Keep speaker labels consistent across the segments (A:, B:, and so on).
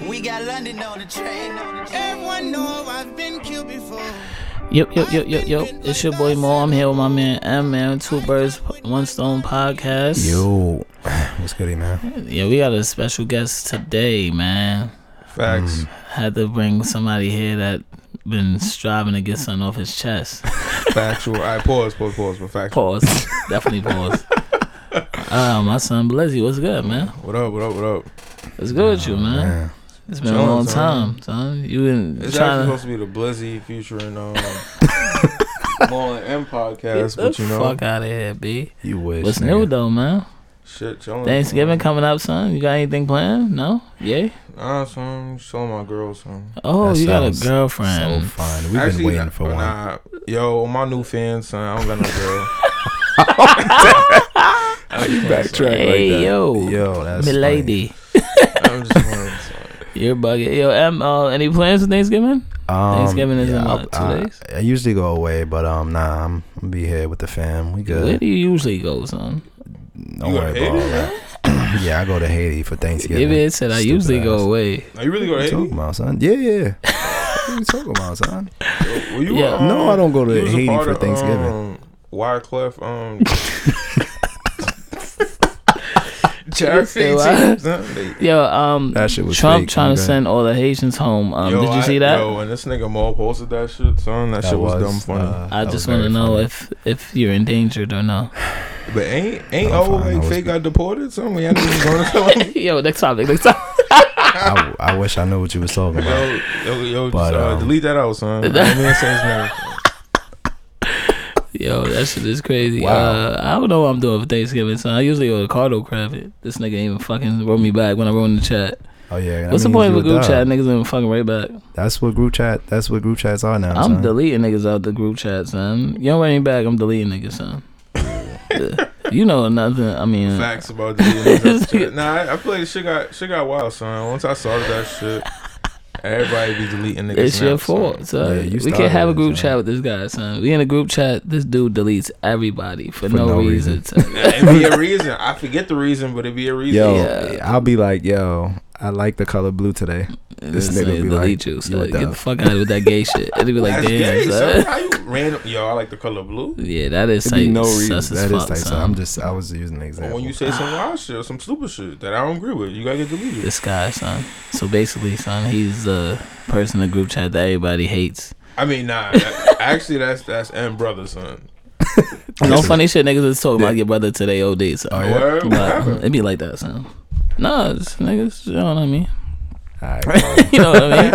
A: London on the train. Everyone know I've been killed before.
B: Yep, yep, yep, yep, yep. It's your boy Mo. I'm here with my man M Man, Two Birds, One Stone Podcast.
C: Yo, what's goody, man?
B: Yeah, we got a special guest today, man.
C: Mm.
D: Facts.
B: Had to bring somebody here that been striving to get something off his chest.
D: Factual. All right, pause, pause, pause, but factual.
B: Pause. Definitely pause. Uh, my son Blizzy, what's good, man?
D: What up, what up, what up?
B: What's good
C: Oh,
B: with you, man?
C: Yeah.
B: It's been a
D: Chillin',
B: long
D: son.
B: time, son. You been
D: It's actually
B: trying to
D: supposed to be the Blizzy featuring um, Maul and M
B: get
D: podcast, but
B: the
D: you know,
B: fuck out of here, b.
C: You wish.
B: What's
C: nigga.
B: new though, man?
D: shit, chilling.
B: Thanksgiving coming up, son. You got anything planned? No? Yay?
D: Nah, son, showing my girl some.
B: Oh,
C: That
B: you got a
C: sounds
B: girlfriend.
C: So fun. We've been waiting for one.
D: Nah, yo, my new fan, son. I don't got no girl. I'm just playing, son.
C: Backtrack
B: Hey,
C: like that.
B: yo.
C: yo, that's
B: Milady.
D: I'm just playing, son.
B: You're bugging. Yo, M, uh, any plans for Thanksgiving?
C: funny. Um,
B: Thanksgiving is in,
C: I'll-
B: what, two
C: I,
B: days?
C: I usually go away, but um, nah, I'm gonna be here with the fam. We
B: Where
C: good.
B: do you usually go, son?
C: Don't
D: You go
C: worry
D: to
C: about all
D: Haiti,
C: that. yeah, I go to Haiti for
B: Yeah,
C: Thanksgiving.
B: it said I
C: Stupid
B: usually go
C: ass.
B: away.
D: Are you really
C: What
D: going
C: you
D: to
C: talking about, son? Yeah, yeah. what you talking about, son?
D: Haiti? Were you,
B: Yeah.
D: um,
C: No, I don't go to
D: you was a
C: Haiti
D: part
C: for
D: of,
C: Thanksgiving.
D: Um, Wyclef, um, Jeffrey,
B: Say what?
D: son, they-
B: Yo, um,
C: That shit was
B: Trump
C: fake,
B: trying to
C: okay.
B: send all the Haitians home. Um, did you
D: I,
B: see that?
D: Yo, when this nigga Maul posted that shit, son, that, shit was, dumb funny.
C: uh,
B: I
C: that was
B: just want to
C: very
B: know
C: funny.
B: if if you're endangered or not.
D: but ain't ain't
C: I'm fine,
D: old
C: I
D: like
C: was
D: fake
C: good.
D: got deported, son? We ain't even going to
B: Yo, next topic. Next topic.
C: I, I wish I knew what you was talking about.
D: Yo, yo, yo just,
C: But,
D: uh,
C: um,
D: delete that out, son. I mean, say his name.
B: Yo, that shit is crazy.
C: Wow.
B: Uh, I don't know what I'm doing for Thanksgiving, son. I usually go to Cardo Craft. This nigga ain't even fucking wrote me back when I wrote in the chat.
C: Oh yeah, that
B: What's the
C: means
B: point
C: you
B: of a group
C: dumb.
B: chat? Niggas even fucking right back.
C: That's what group chat. That's what group chats are now.
B: I'm
C: son.
B: deleting niggas out the group chat, son. You don't write me back, I'm deleting niggas, son. Yeah. you know nothing. I mean,
D: Facts about the Nah, I, I feel like shit got shit got wild, son. Once I started that shit, everybody be deleting niggas.
B: it's your
D: now, son.
B: fault, son.
C: Yeah, you
B: we
C: started
B: can't have a
C: it,
B: group
C: son.
B: chat with this guy, son. We in a group chat. This dude deletes everybody for, no,
C: no
B: reason.
C: reason.
B: son.
D: It be a reason. I forget the reason, but it be a reason.
C: Yo,
B: Yeah.
C: I'll be like, yo, I like the color blue today. This
B: Son,
C: nigga be
B: delete
C: like,
B: you,
C: "You
B: son.
C: what
B: Get
C: the-
B: the fuck out of with that gay shit. It'd be like,
D: That's
B: damn,
D: gay,
B: son.
D: son. How you random? Yo, I like the color blue.
B: Yeah, that is
C: It'd be
B: like
C: no reason.
B: sus as
C: That is
B: fuck,
C: like, so
B: son.
C: I'm just, I was using an
D: But
C: example.
D: when you say some wild shit or some stupid shit that I don't agree with, you gotta get deleted.
B: This guy, son. So basically, son, he's the person in the group chat that everybody hates.
D: I mean, nah. that- actually, that's that's M brother son.
B: No funny shit niggas is talking about your brother today, OD, son.
C: Oh, yeah?
D: Word, what
B: But
D: happened?
B: it'd be like that, son. Nah, just niggas, you know what I mean?
C: Alright, bro.
B: You know what I mean?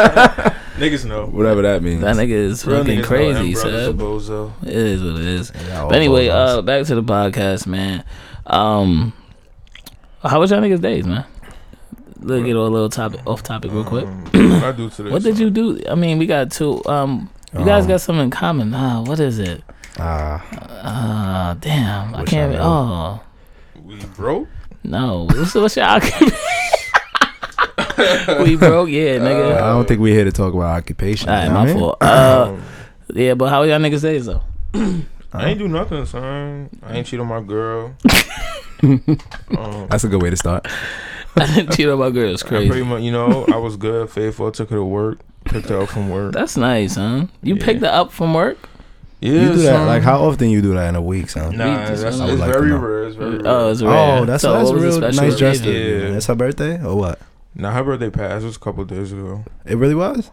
D: Niggas know.
C: whatever that means.
B: that nigga is
D: Real
B: fucking
D: niggas know
B: crazy,
D: M brother's a
B: son.
D: bozo.
B: It is what it is.
C: Yeah, all
B: But anyway,
C: bozos.
B: uh, back to the podcast, man. Um, how was y'all niggas' days, man? Let's get a little topic off topic real quick.
D: Um, what I do today.
B: Hmm. What did
D: son?
B: you do? I mean, we got two. Um, you guys
C: Um,
B: got something in common. Ah, what is it?
C: Ah,
B: Ah, damn. I
C: Wish I
B: can't.
C: knew.
B: oh,
D: We broke.
B: no. What's, what's your occupation? we broke, yeah, nigga.
C: I don't think we're here to talk about occupation.
B: All right,
C: you know
B: my
C: what I mean?
B: fault. Uh,
D: Um,
B: yeah, but how y'all niggas days though?
D: I ain't do nothing, son. I ain't cheat on my girl. um,
C: Uh, That's a good way to start.
B: I didn't cheat on my girl. It's
D: I pretty
B: crazy.
D: much, you know, I was good, faithful. Took her to work, picked her up from work.
B: That's nice, huh? You
D: Yeah.
B: picked her up from work?
D: Yeah,
C: You do that
D: son.
C: like how often you do that in a week, son?
D: Nah,
B: We just-
D: that's,
B: I
C: would
D: it's
C: like to
D: very
C: know.
D: rare. It's very rare.
B: Oh, it's rare.
C: Oh, that's
B: So
C: that's
B: what was the
C: real
B: special
C: nice dress.
B: occasion?
D: occasion?
C: Yeah.
D: Yeah.
C: It's her birthday or what?
D: now her birthday passed. It was a couple days ago.
C: It really was.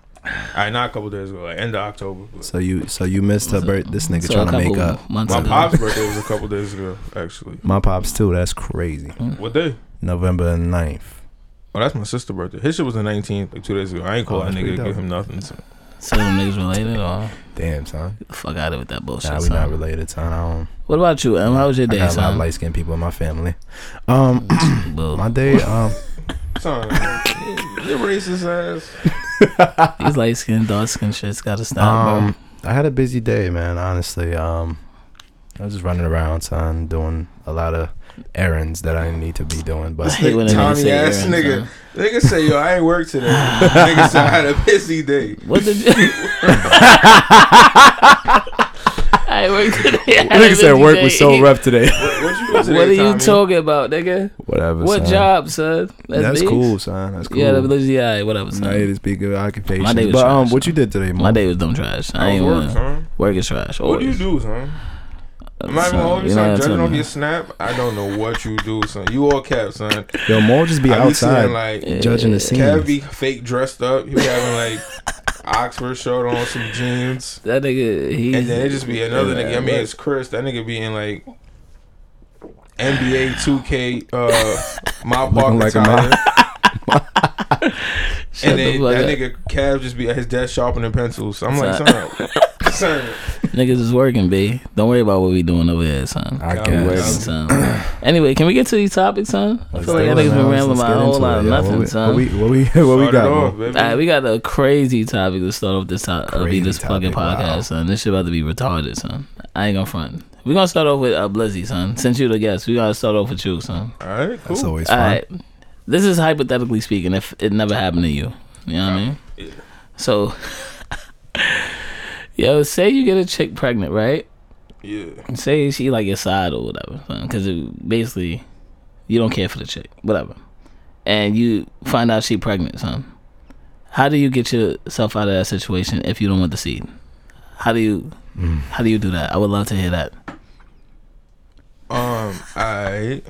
D: I not a couple days ago. Like end of October. but-
C: So you so you missed her birth. This nigga
B: So a
C: trying to make
B: couple
C: up.
B: months
D: My
B: ago.
D: pop's birthday was a couple days ago, actually.
C: My pops too. That's crazy.
D: What day?
C: November 9th.
D: Oh, that's my sister's birthday. His shit was the 19th, like two days ago. I ain't call
C: Oh,
D: that
C: that's pretty
D: nigga to give
C: dope.
D: him nothing. So.
B: So them niggas related or
C: Damn, son.
B: Get the fuck out of with that bullshit.
C: Nah, we
B: son.
C: not related, son. I don't.
B: What about you, Em? How was your
C: I
B: day,
C: got a lot of
B: son?
C: light skinned people in my family. Um,
B: Well,
C: my day. Um,
D: Son, you racist ass.
B: these light skin, dark skin shit's gotta stop, bro.
C: um, I had a busy day, man. Honestly, um, I was just running around, son, doing a lot of errands that I didn't need to be doing.
B: I
C: But
B: hate when a nigga
D: Tommy
B: say
D: ass
B: errands,
D: nigga.
B: son.
D: Nigga say, yo, I ain't work today. nigga said, I had a busy day.
B: What did you? I worked today. I had a busy day.
C: rough today.
D: What, what you most of
B: What are
D: the
B: you
D: time,
B: talking about, nigga?
C: Whatever.
B: What
C: son.
B: job, son?
C: That's
B: beats.
C: cool, son. That's cool.
B: Yeah, that was yeah, whatever.
C: Nah,
B: Son.
C: it is big good occupation.
B: My day was
C: but um,
B: trash.
C: what you did today,
B: My
C: man?
B: day was dumb trash.
C: Oh,
B: I
D: I
B: ain't
D: work,
B: wanna
D: huh?
B: work is trash.
D: What do you
B: always.
D: do, son? I'm not even
B: Son,
D: gonna hold you,
B: you know
D: son.
B: what I'm
D: Judging
B: telling
D: off
B: you.
D: your snap, I don't know what you do, son. You all cap, son.
C: Yo, Mo just be
D: I be
C: outside
D: seeing like
C: judging the scene.
D: Kev be fake dressed up. He be having like Oxford shirt on, some jeans,
B: That nigga, he.
D: and then it just be another
B: Yeah,
D: nigga. I mean,
B: look.
D: it's Chris. That nigga be in like NBA 2K, uh, my
C: Looking
D: park
C: like a
D: attire.
B: Shut
D: and
B: the
D: then
B: fuck
D: that
B: up.
D: nigga Kev just be at his desk sharpening pencils. I'm like, son, son,
B: Niggas is working, B. Don't worry about what we doing over here, son.
C: I
D: Nah,
B: We working,
C: guess.
B: son. anyway, can we get to these topics, son? I feel like that nigga's been rambling about a whole lot of nothing, son.
C: What we what we, what we
D: start it
C: got?
D: off,
C: Mo?
D: baby.
B: All right, we got a crazy topic to start off this top of
C: Crazy
B: this fucking
C: topic, wow.
B: podcast, son. This shit about to be retarded, son. I ain't gonna front. We're gonna start off with uh, Blizzy, son. Since you the guest, we gotta start off with you, son.
D: All right, cool.
C: That's always
B: All
C: fun.
B: right. This is hypothetically speaking, if it never happened to you. You know what I mean?
D: Yeah.
B: So Yo, say you get a chick pregnant, right?
D: Yeah.
B: Say she like your side or whatever, because it basically you don't care for the chick, whatever, and you find out she pregnant, son. How do you get yourself out of that situation if you don't want the seed? How do you
C: Mm.
B: how do you do that? I would love to hear that.
D: Um. All right.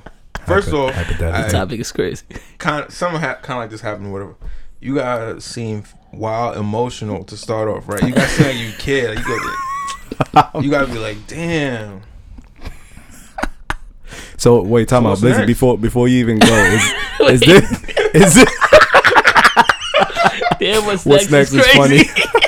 D: First
C: Hypo-
D: off,
C: hypothetical.
D: I-
B: Topic is crazy.
D: kind of, something ha- kind of like this happened. Whatever. You gotta seem wild, emotional to start off, right? You gotta seem like you care. You gotta, you gotta be like, damn.
C: So wait, time
D: So
C: out,
D: what's
C: Blizzy.
D: next?
C: Before before you even go, is, is this is this
B: Damn, what's,
C: what's next
B: is
C: is funny?
B: crazy.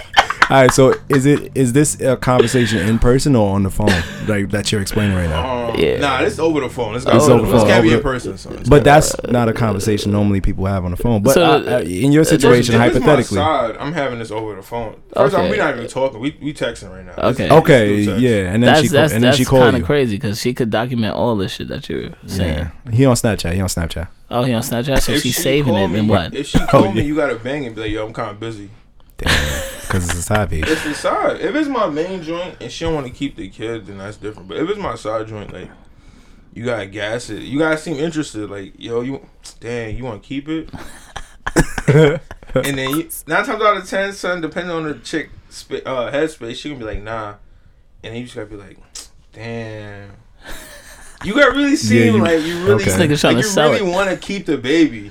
C: All right, so is it is this a conversation in person or on the phone like that you're explaining right now?
D: Um,
B: Yeah.
D: Nah, this over the phone. This,
C: It's
D: over
C: over the
D: the phone. This
C: phone,
D: can't be
C: over the-
D: in person. So
C: But that's not a conversation normally people have on the phone. But
B: So, uh,
C: I- I- in your situation,
D: If it's my
C: hypothetically,
D: side, I'm having this over the phone. First off,
B: Okay.
D: we're not even talking. We we texting right now.
B: Okay.
D: This-
C: okay,
D: this is text.
C: yeah, and then she
B: That's
C: call,
B: that's
C: and then she
B: that's
C: called
B: kind
C: you.
B: of crazy because she could document all this shit that you're saying.
C: Yeah, he on Snapchat. He on Snapchat.
B: Oh, he on Snapchat, so
D: If
B: she's
D: she
B: saving
D: call
B: it. Then
D: me-
B: what?
D: If she called me,
C: Oh, yeah.
D: you gotta bang and be like, yo, I'm kind of busy.
C: because it's a side piece.
D: It's the side. If it's my main joint and she don't want to keep the kid, then that's different. But if it's my side joint, like you gotta gas it. You gotta seem interested. Like yo, you dang, you want to keep it? and then you, nine times out of ten, son, depending on the chick sp- uh, headspace, she gonna be like nah, and then you just gotta be like, damn. You gotta really seem
C: you-
D: like you
C: okay.
D: really
C: This
B: nigga tryna
D: like you
B: sell
D: really
B: it.
D: want to keep the baby.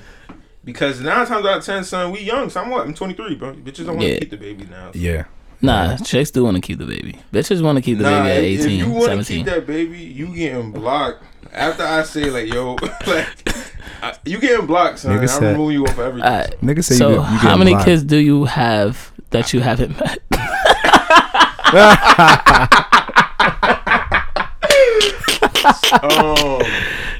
D: Because nine times out of ten, son, we young. So I'm what? I'm 23, bro. Bitches don't want to
B: Yeah.
D: keep the baby now.
C: Yeah,
B: Nah, chicks do want to keep the baby. Bitches want to keep the baby at
D: if-
B: 18,
D: if you wanna
B: 17.
D: keep that baby, you getting blocked. After I say like, yo, like, I, you getting blocked, son.
C: Nigga
D: I'm
C: said-
D: removing you off everything.
B: Alright,
C: nigga say
B: so
C: you, get- you
B: how
C: getting
B: many
C: blocked.
B: kids do you have that you haven't met?
D: um,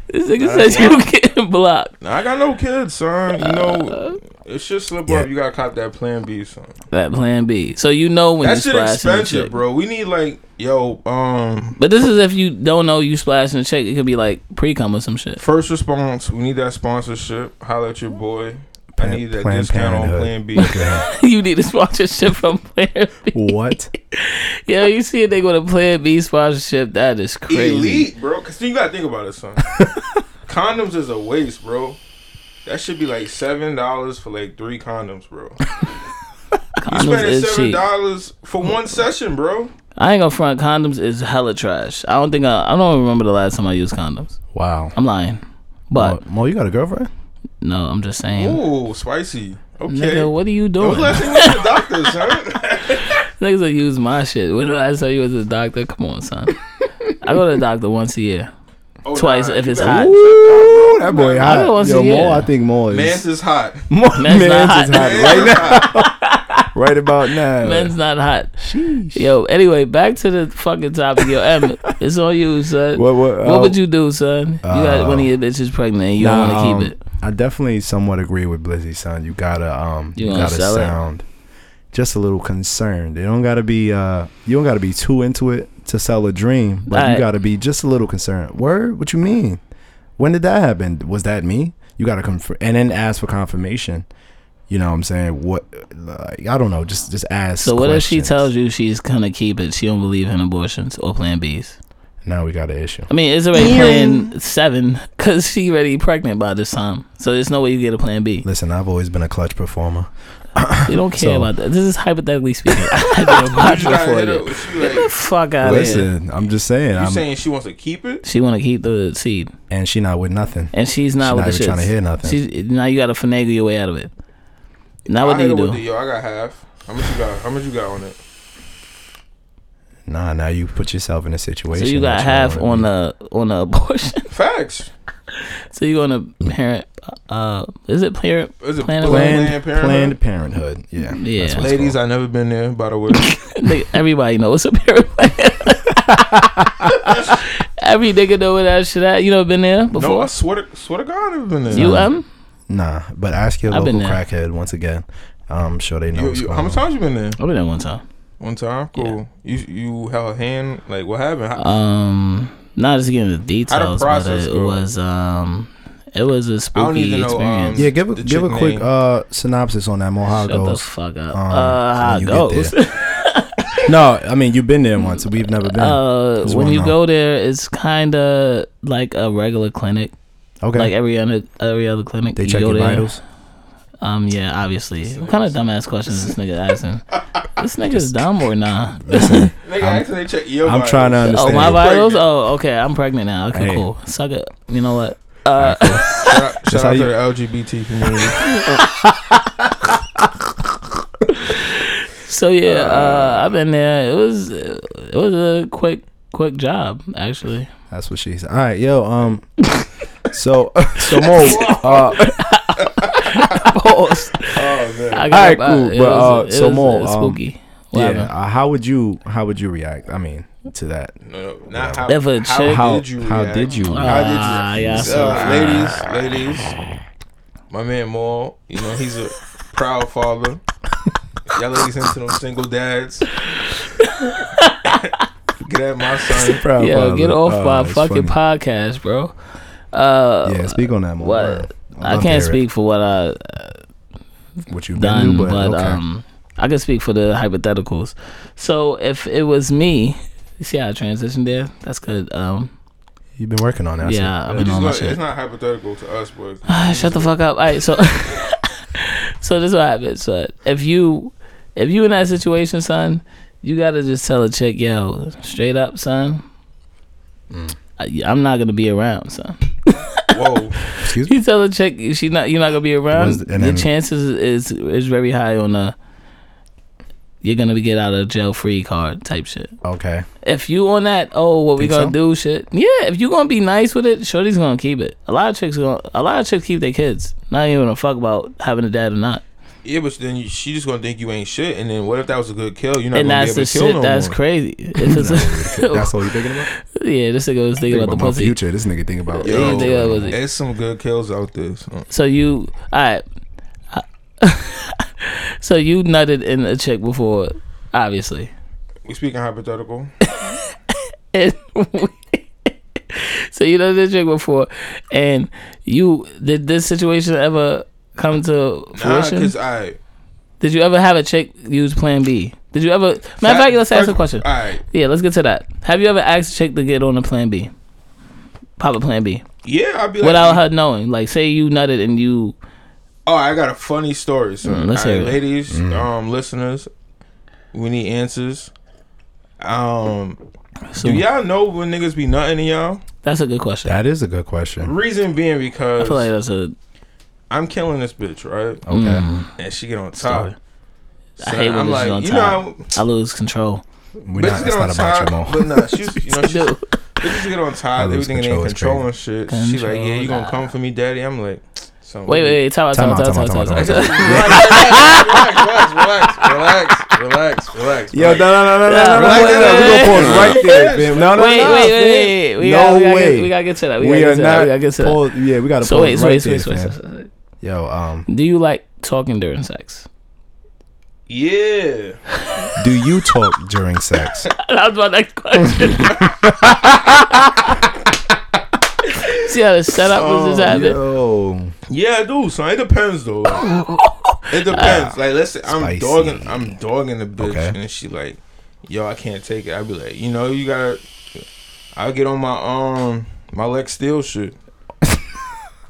B: this nigga says you getting blocked.
D: nah, I got no kids, son. You
B: Uh,
D: know, if shit slip up, you gotta cop that Plan B, son.
B: That plan B. So you know when
D: That
B: you
D: shit
B: splashing the
D: expensive,
B: chick.
D: bro. We need like, yo, um,
B: But this is if you don't know you splashing the chick. It could be like pre-cum or some shit.
D: first response. We need that sponsorship. Holla at your boy. I
C: Plan-
D: need that
C: Planned
D: discount on
C: Parenthood.
D: Plan B.
B: you need a sponsorship from Plan B.
C: What?
B: Yo, you see a nigga with a Plan B sponsorship. That is crazy.
D: elite, bro. Cause you gotta think about it, son. condoms is a waste, bro. That should be like seven dollars for like three condoms, bro. You
B: Condoms
D: spending
B: is
D: seven
B: cheap.
D: dollars for one session, bro.
B: I ain't gonna front. Condoms is hella trash. I don't think I. I don't remember the last time I used condoms.
C: Wow.
B: I'm lying. But
C: Mo, Mo, you got a girlfriend?
B: no, I'm just saying.
D: Ooh, spicy. Okay.
B: Nigga,
D: When
B: what are you
D: was
B: doing?
D: the last time you went to the doctor, son?
B: Niggas will use my shit. When did I tell you as a doctor? Come on, son. I go to the doctor once a year.
D: Oh,
B: Twice
D: nah,
B: if
D: you
B: it's
D: better-
B: hot.
C: Ooh, that boy
B: I don't
C: hot.
B: wanna
C: Yo,
B: see
C: Mo,
B: it.
C: I think Mo is.
D: Man's is hot.
C: Mo,
B: Man's not
C: is
B: hot.
C: hot right
D: Man's
C: now.
D: hot.
C: Right about now.
B: Men's not hot.
C: Sheesh.
B: Yo, anyway, back to the fucking topic. Yo, Em, it's on you, son.
C: What,
B: What,
C: what,
B: would you do, son? You got
C: uh,
B: one of your bitches pregnant and you
C: nah,
B: don't want to
C: um,
B: keep it.
C: I definitely somewhat agree with Blizzy, son. You gotta, um,
B: You
C: you,
B: gonna
C: gotta
B: sell it?
C: sound just a little concerned. It don't gotta be, uh, you don't gotta be too into it to sell a dream, but
B: Alright.
C: you gotta be just a little concerned. Word? What you mean? When did that happen? Was that me? You gotta confirm and then ask for confirmation. You know what I'm saying? What? Like, I don't know. Just just ask.
B: So what if she
C: questions.
B: tells you she's gonna keep it? She don't believe in abortions or Plan Bs.
C: Now we got an issue.
B: I mean, it's already plan seven because she already pregnant by this time. So there's no way you get a plan B.
C: Listen, I've always been a clutch performer.
B: You don't care
C: So-
B: about that. This is hypothetically speaking. I did a watch
D: You gotta
B: before
D: hit up
B: that.
D: with she
B: Get the
D: like,
B: fuck out of here.
C: Listen, I'm just saying.
D: you
C: I'm,
D: saying she wants to keep it?
B: She want to keep the seed,
C: and she not with nothing.
B: and she's
C: She
B: not
C: not
B: with
C: even
B: the shit.
C: trying to hear nothing.
B: She's, now you got to finagle your way out of it. Now
D: I
B: what do
D: hit
B: you
D: her with the,
B: do?
D: yo, I got half. How much you got? How much you got on it?
C: Nah, now you put yourself in a
B: So
C: situation.
B: you got half on the on the abortion.
D: Facts.
B: so you going to parent? Uh, is it parent?
D: Is it
B: Planned
D: Planned,
C: Planned,
D: Planned
C: Planned
D: Parenthood?
C: Parenthood. Yeah.
B: Yeah.
C: that's what it's
D: Ladies,
C: called.
D: I never been there. By the way,
B: Nigga, Everybody knows a parent. Every nigga know where that shit at. You know, been there
D: no, I
B: before.
D: swear to swear to God, I've been there.
B: you um,
C: Nah, but ask your
B: I've been
C: local
B: there.
C: crackhead once again. I'm sure they know.
D: You-
C: what's
D: you-
C: going
D: how many
C: on.
D: times you been there?
B: I've been there one time.
D: One time, cool. You you held a hand. Like what happened? How,
B: Um, not just getting the details, but
D: process
B: it,
D: go?
B: was um, it was a
D: I don't
B: spooky
D: even know,
B: experience.
D: um,
C: Yeah, give a
D: The
C: give a
D: chick
C: quick
D: name.
C: uh synopsis on that Mohawk
B: Shut the
C: goes.
B: fuck up.
C: um,
B: uh, how
C: when
B: it
C: you
B: goes.
C: get no, I mean you've been there once. We've never been.
B: Uh,
C: Just
B: when
C: wanna
B: you
C: know.
B: go there, it's kind of like a regular clinic,
C: okay,
B: like every other every other clinic.
C: they
B: you
C: check
B: go
C: your
B: there.
C: vitals.
B: Um, yeah, obviously. What kind of dumbass questions this nigga asking? this nigga's dumb or nah?
D: nigga, actually check your.
C: I'm
D: bio.
C: trying to
B: Oh,
C: understand.
B: my vitals.
D: Pregnant.
B: Oh, okay. I'm pregnant now. Okay,
C: Hey.
B: cool. Suck it. You know what? Uh,
D: Shout out, shout
C: how
D: out to
C: you-
D: the LGBT community.
B: so yeah, uh, I've been there. It was it was a quick quick job actually.
C: That's what she said. All right, yo. Um, so so Mo. Uh,
B: Pause.
D: oh man.
B: I
C: Alright,
B: up, uh,
C: cool,
B: it
C: but,
B: was-
C: uh,
B: it
C: so
B: was,
C: more,
B: uh,
C: um,
B: spooky. What
C: yeah.
B: happened?
C: uh, how would you how would you react? I mean to that.
D: No, no, not how.
B: That for a
D: how
B: chick?
C: How-
D: did you?
C: how
D: react?
C: did you
D: How did you?
B: Ah, yeah, so-
D: uh, ladies, ladies. My man Maul, you know he's a proud father. Y'all ladies into them single dads. Get at my son.
C: Proud
B: Yo,
C: father.
B: get off
C: Oh,
B: my
C: it's
B: fucking
C: funny.
B: podcast, bro. Uh,
C: Yeah, speak on that Mo.
B: what-
C: Word. I'd
B: I
C: love to
B: can't
C: hear
B: speak for what I
C: it, what you've been
B: done,
C: through,
B: but,
C: but, okay.
B: um, I can speak for the hypotheticals. So if it was me, you see how I transitioned there? That's good. Um,
C: you've been working on that. so-
B: yeah, I've
D: It's
B: been on my
D: not,
B: shit.
D: it's not hypothetical to us, but
B: Shut the fuck up. All right, so so this is what happens. So if you if you in that situation, son, you gotta just tell a chick, yo, straight up, son.
C: Mm.
B: I, I'm not gonna be around, son.
D: whoa.
C: Excuse me.
B: You tell a chick she not you're not gonna be around.
C: Was- and
B: the
C: then-
B: chances is is very high on a you're gonna be get out of jail free card type shit.
C: Okay.
B: If you on that, oh, what we
C: Think
B: gonna
C: so?
B: do? Shit, yeah. If you gonna be nice with it, Shorty's gonna keep it. A lot of chicks gonna, a lot of chicks keep their kids. Not even a fuck about having a dad or not.
D: Yeah, but then you, she just gonna think you ain't shit, and then what if that was a good kill? You're not
B: and
D: gonna
B: that's
D: be
B: the
D: able to kill
B: shit.
D: no
B: that's
D: more.
B: crazy. If it's
C: That's all you're thinking about.
B: yeah, this nigga was thinking
C: Think
B: about,
C: about
B: the
C: my
B: pussy.
C: future. This nigga think about.
B: Yeah,
D: Yo,
B: they got was it-
D: there's some good kills out there. So.
B: So you, all right. so you nutted in a chick before, obviously.
D: We speaking hypothetical.
B: And so you nutted in a chick before, and you did this situation ever come to
D: Nah,
B: fruition?
D: cause I.
B: Did you ever have a chick use Plan B? Did you ever? Matter of fact, let's ask a question.
D: All right.
B: Yeah, let's get to that. Have you ever asked a chick to get on a Plan B? Pop a Plan B
D: Yeah, I'd be like,
B: without her knowing. Like, say you nutted and you.
D: Oh, I got a funny story. So,
B: Mm, let's
D: all right,
B: hear it.
D: ladies, um, listeners, we need answers. Um,
B: So
D: do y'all know when niggas be nutting to y'all?
B: that's a good question.
C: That is a good
B: Mm.
C: question.
D: Reason being because
B: I feel like that's a. mm,
D: I'm killing this bitch, right?
C: Okay.
D: And she get on top.
B: I
D: So
B: hate when
D: I'm
B: bitches
D: like,
B: on
D: you
B: top.
D: know,
B: I lose control.
C: We're
D: bitches
C: not,
D: get
C: that's
D: on
C: not about you,
D: top,
C: Mo.
D: but nah, she's you know she's
B: Dude,
D: bitches get on top. They
C: lose
D: think they
C: control is
D: ain't controlling shit. She like, yeah, you gonna
B: Control,
D: come for me, daddy? I'm like, so
B: wait, wait, wait. Time out, time out, time out, time out, time out.
D: Relax,
B: time out.
D: relax, relax, relax, relax, relax.
C: Yo, no, no, no, no,
B: Yeah,
C: no, no, no,
B: wait,
C: no,
B: wait,
C: no. We're gonna
D: wait.
C: pause right there, fam. No, no,
B: Wait,
C: no,
B: wait, wait,
C: fam.
B: wait. We
C: no
B: gotta, we gotta,
C: way.
B: Get, we gotta get to that. We,
C: We,
B: gotta
C: are
B: get to that.
C: not.
B: We gotta get to that.
C: pause, Yeah, we gotta
B: So
C: pause
B: wait, so
C: right
B: wait, so
C: there,
B: wait, so wait,
C: fam.
B: so wait. so
C: Yo, um,
B: wait. Do you like talking during sex?
D: Yeah.
C: do you talk during sex?
B: That was my next question. See how the setup was
C: Oh,
B: just happening?
C: Yo,
D: Yeah, I do. So it depends though. it depends. like let's say I'm
C: Spicy.
D: dogging I'm dogging the bitch
C: Okay.
D: and she like, yo, I can't take it. I'd be like, you know, you gotta I get on my um my Lex Steel shit,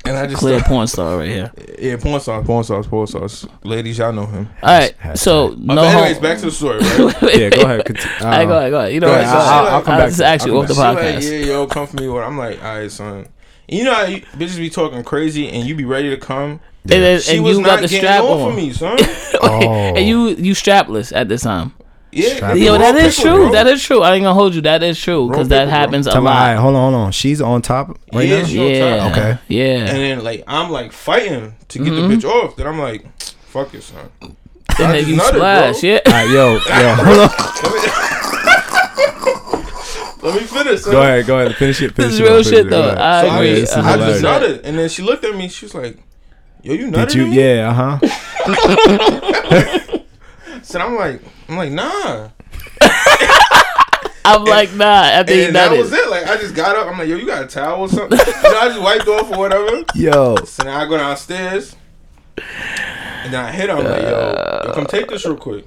D: and I just
B: Clear porn star right here.
D: yeah porn sauce, porn sauce, porn sauce. Ladies, y'all know him.
B: All right, so
D: But
B: no.
D: anyways,
B: hom-
D: back to the story. Right?
B: Wait,
C: Yeah, go ahead. Conti-
B: All right, go
C: uh,
B: ahead, go ahead. You know
D: Go
B: what?
D: ahead, so
B: I'll,
D: she
B: I'll,
D: like-
B: I'll
C: I'll
B: just ask
C: come back.
B: you off the
D: She like,
B: podcast.
D: yeah, yo, come for me. Or I'm like, all right, son. You know how you, bitches be talking crazy, and you be ready to come.
B: And, then-
D: She
B: and
D: was
B: you got
D: not
B: the
D: getting
B: strap
D: off
B: on.
D: of me, son.
C: Oh.
B: and you you strapless at this time.
D: Yeah,
C: Strap
B: Yo,
C: on.
B: that
D: Wrong
B: is
D: people,
B: true.
D: bro.
B: That is true. I ain't gonna hold you. That is true
D: Wrong
B: because that
D: people, bro.
B: happens a
C: Tell me, all right,
B: lot.
C: hold on, hold on. She's on top right
D: Yeah,
C: now.
D: she-
B: Yeah.
C: Okay.
D: And
B: Yeah.
D: then like I'm like fighting to get
B: Mm-hmm.
D: the bitch off. Then I'm like, fuck it, son.
B: And
D: I
B: then
D: just
B: you
D: nutted, bro.
B: splash. Yeah.
C: All right, yo, yo, hold on.
D: Let me finish. Son.
C: Go ahead, go ahead. Finish it. Finish
B: This is
C: it,
B: real
C: finish
B: shit
C: it, go
B: though.
C: ahead.
B: I
D: So I,
B: agree.
C: this is
B: a
D: I
B: hundred
D: just
C: hilarious.
B: percent.
D: nutted, and then she looked at me. She was like, "Yo, you nutted?"
C: Did you?
D: at me?
C: Yeah. Uh huh.
D: So I'm like, I'm like, nah.
B: I'm like, nah. After
D: And
B: you
D: that was
B: nutted.
D: it. Like I just got up. I'm like, yo, you got a towel or something? you know, I just wiped off or whatever.
C: Yo.
D: So now I go downstairs, and then I hit her. I'm like, yo,
B: Uh,
D: yo come take this real quick.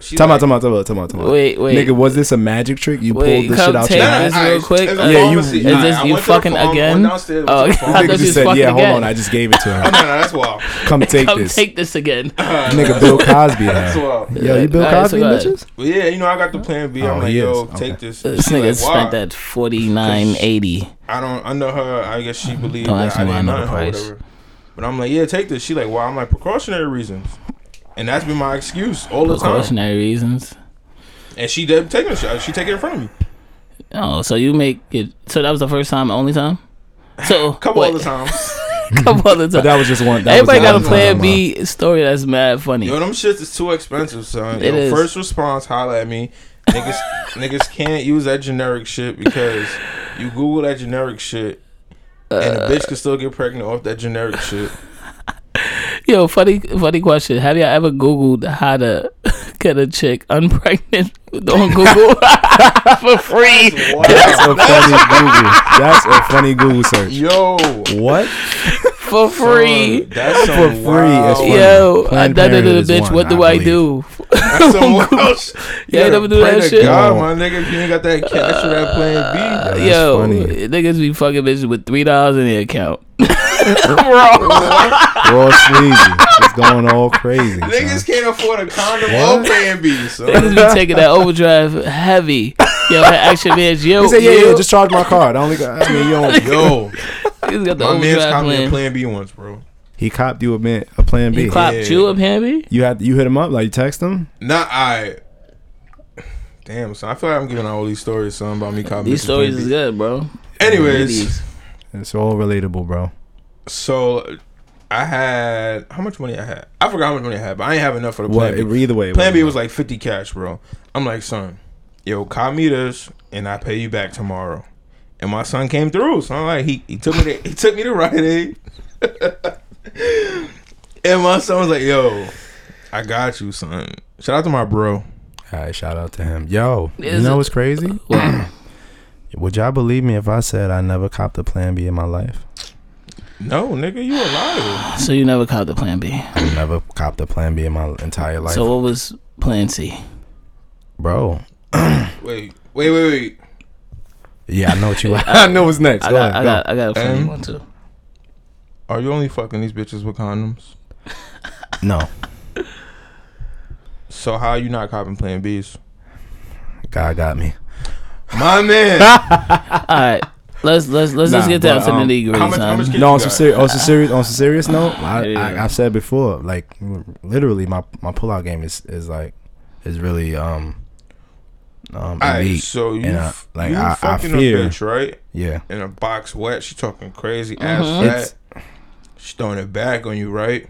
D: She
C: Time out.
D: like,
C: Time out. Time out. Time out. Time out.
B: Wait, wait.
C: Nigga, was this a magic trick? You
B: Wait,
C: pulled this
B: come
C: shit out
B: take
C: your
B: this
C: ass.
B: real
D: alright,
B: quick.
D: it's a
B: Yeah,
C: you-
D: pharmacy.
C: is
D: Alright,
B: this
D: I
B: you
D: went to the
B: fucking
D: farm,
B: again?
D: went downstairs, went to
B: Oh,
D: the
B: okay. I
D: farm.
C: Nigga
B: thought you
C: just
B: was
C: said,
B: fucking
C: "Yeah, hold
B: again."
C: on, I just gave it to
D: No,
C: her.
D: no, that's wild.
C: Come take
B: Come
C: this,
B: take this again.
C: nigga. Bill Cosby.
D: That's
C: had.
D: wild.
C: Yo, you Bill
B: All right, so
C: Cosby,
B: go ahead.
C: bitches.
D: But yeah, you know, I got the plan B. I'm
C: Oh,
D: like,
C: he
D: yo,
C: is. Okay.
D: take this.
B: This
D: She
B: nigga
D: like,
B: spent
D: "Why?"
B: that forty nine eighty.
D: I don't. I know her. I guess she believed
B: Don't
D: that
B: ask
D: I
B: me why
D: didn't
B: I know the
D: know her. or
B: price.
D: Whatever. But I'm like, yeah, take this. She like, why? I'm like, precautionary reasons. And that's been my excuse all the time.
B: Precautionary reasons.
D: And she did take it. She- She take it in front of me.
B: Oh, so you make it. So that was the first time, only time. So
D: Couple
B: wait,
D: other times.
B: couple other
C: But
B: time.
C: that was just one. That
B: Everybody
C: was
B: got a
C: one
B: plan
C: time,
B: B story that's mad funny.
D: Yo, them shits is too expensive, son.
B: It
D: Yo,
B: is.
D: First response, holla at me. Niggas, niggas can't use that generic shit because you Google that generic shit, and a bitch can still get pregnant off that generic shit.
B: Yo, funny, funny question. Have y'all ever Googled how to get a chick unpregnant on Google for free?
D: Wow.
C: uh, That's a funny Google. That's a funny Google search.
D: Yo,
C: What?
B: For free.
D: son, that's some
C: For free,
D: wild-
C: it's
B: Yo, I
C: Planned
B: done it to
C: Parenthood
B: the
C: is
B: bitch.
C: one,
B: What
C: I
B: do I,
C: believe.
B: do?
D: That's some wild sh-
B: Yeah,
D: gotta
B: never do
D: pray
B: that
D: to
B: shit. Uh,
D: God, my nigga, if you ain't got that cash for that plan B.
C: That's
B: Yo,
C: funny.
B: niggas be fucking bitches with three dollars in their account. Wrong.
C: Raw sleazy. It's going all crazy. son.
D: Niggas can't afford a condom or
C: What?
D: plan B, so
B: niggas be taking that overdrive heavy. Yo, that action man's yo.
C: He said, "Yeah,
B: yo.
C: yeah, just charge my card. I only got. I mean, you don't.
D: Yo,
B: Niggas got the
D: my man's
B: overdrive
D: caught me a
B: plan.
D: plan B once, bro.
C: He copped you a man, a plan B.
B: He clapped
D: Yeah.
B: you up, Hamby.
C: you had you hit him up like you text him.
D: Nah, I. Damn, son, I feel like I'm giving out all these stories, son, about me caught
B: These
D: missing plan
B: stories
D: B.
B: is good, bro.
D: Anyways,
B: Ladies.
C: It's all relatable, bro.
D: so I had how much money I had? I forgot how much money I had, but I ain't have enough for the
C: What?
D: plan B.
C: Either way, it
D: Plan B was like 50 cash, bro. I'm like, son, yo, call me this and I pay you back tomorrow. And my son came through. So I'm like, he, he took me to he took me to Rite Aid. and my son was like, yo, I got you, son. Shout out to my bro.
C: All right, shout out to him. Yo, you
B: Is
C: know
B: it-
C: what's crazy? Would y'all believe me if I said I never copped a plan B in my life?
D: No, nigga, you a liar.
B: So you never caught the plan B.
C: I never copped a plan B in my entire life,
B: So what was plan C?
C: bro.
D: Wait, wait, wait, wait.
C: Yeah, I know what you. I know what's next.
B: I
C: Go
B: got,
C: ahead,
B: I
C: go.
B: got, I got a funny
D: Um,
B: one too.
D: Are you only fucking these bitches with condoms?
C: No,
D: So how you not copping plan B's?
C: God got me.
D: My man.
B: All right, let's let's let's
C: Nah,
B: just get down
C: but,
B: to the
C: um,
B: nitty
D: how much- how much
B: gritty.
D: can-
C: No, on
D: you
C: some
D: got?
C: serious, on some serious, on some serious note, I,
B: Yeah.
C: I, I've said before, like literally, my my pullout game is is like is really um um
D: Alright,
C: elite.
D: so you,
C: And I-
D: f-
C: like,
D: you
C: I- I
D: fucking
C: fear-
D: a bitch, right?
C: yeah,
D: in a box wet. She talking crazy ass
C: It's-
D: fat. She throwing it back on you, right?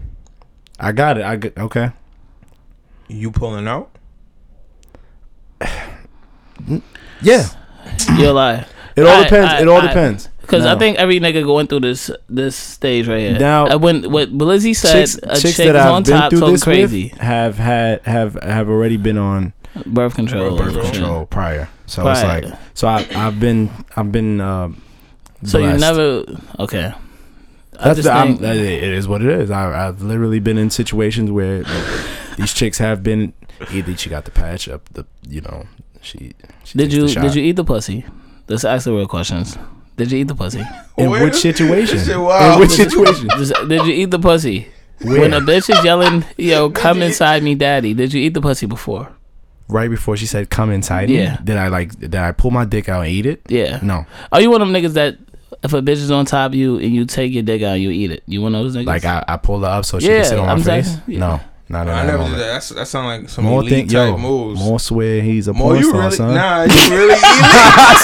C: I got it. I g- okay.
D: You pulling out?
C: Yeah,
B: You're lying.
C: it all
B: I-
C: depends.
B: I-
C: it all
B: I-
C: depends.
B: Because I
C: No.
B: think every nigga going through this this stage right here.
C: Now-
B: Uh, when what Blizzy said,
C: chicks,
B: a
C: chicks
B: chick
C: that
B: is
C: I've
B: on
C: been
B: top
C: through
B: talking
C: this
B: crazy.
C: with have had have have already been on
B: Birth control.
D: Birth
B: and shit.
C: control prior. So
B: Prior.
C: it's like so I I've been I've been uh,
B: So you
C: blessed.
B: never okay. I
C: That's
B: just
C: the, I'm,
B: think,
C: that- it is what it is. I, I've literally been in situations where these chicks have been either she got the patch up the you know she. she
B: did
C: takes
B: you
C: the shot.
B: did you eat the pussy? Let's ask the real questions. Did you eat the pussy?
C: In
D: Where-
C: which situation?
D: This shit wild.
C: In which situation?
B: Just- Did you eat the pussy? When a
C: Where?
B: bitch is yelling, "Yo, come inside me, daddy," did you eat the pussy before?
C: Right before she said, "Come inside."
B: Yeah.
C: Me, did I like? Did I pull my dick out and eat it?
B: Yeah.
C: No.
B: Are you one of them niggas that if a bitch is on top of you and you take your dick out, you eat it? You one of those niggas?
C: Like I, I pulled her up so she
B: Yeah,
C: can sit on my
B: I'm saying-
C: face.
B: yeah.
C: No, not in
D: I
C: that
D: never
C: moment.
D: did that. That's, that sound like some
C: More
D: elite
C: think,
D: type
C: yo,
D: moves.
C: more swear he's a
D: Mo,
C: porn
D: you
C: star,
D: really?
C: son.
D: Nah, you really? elite.
C: I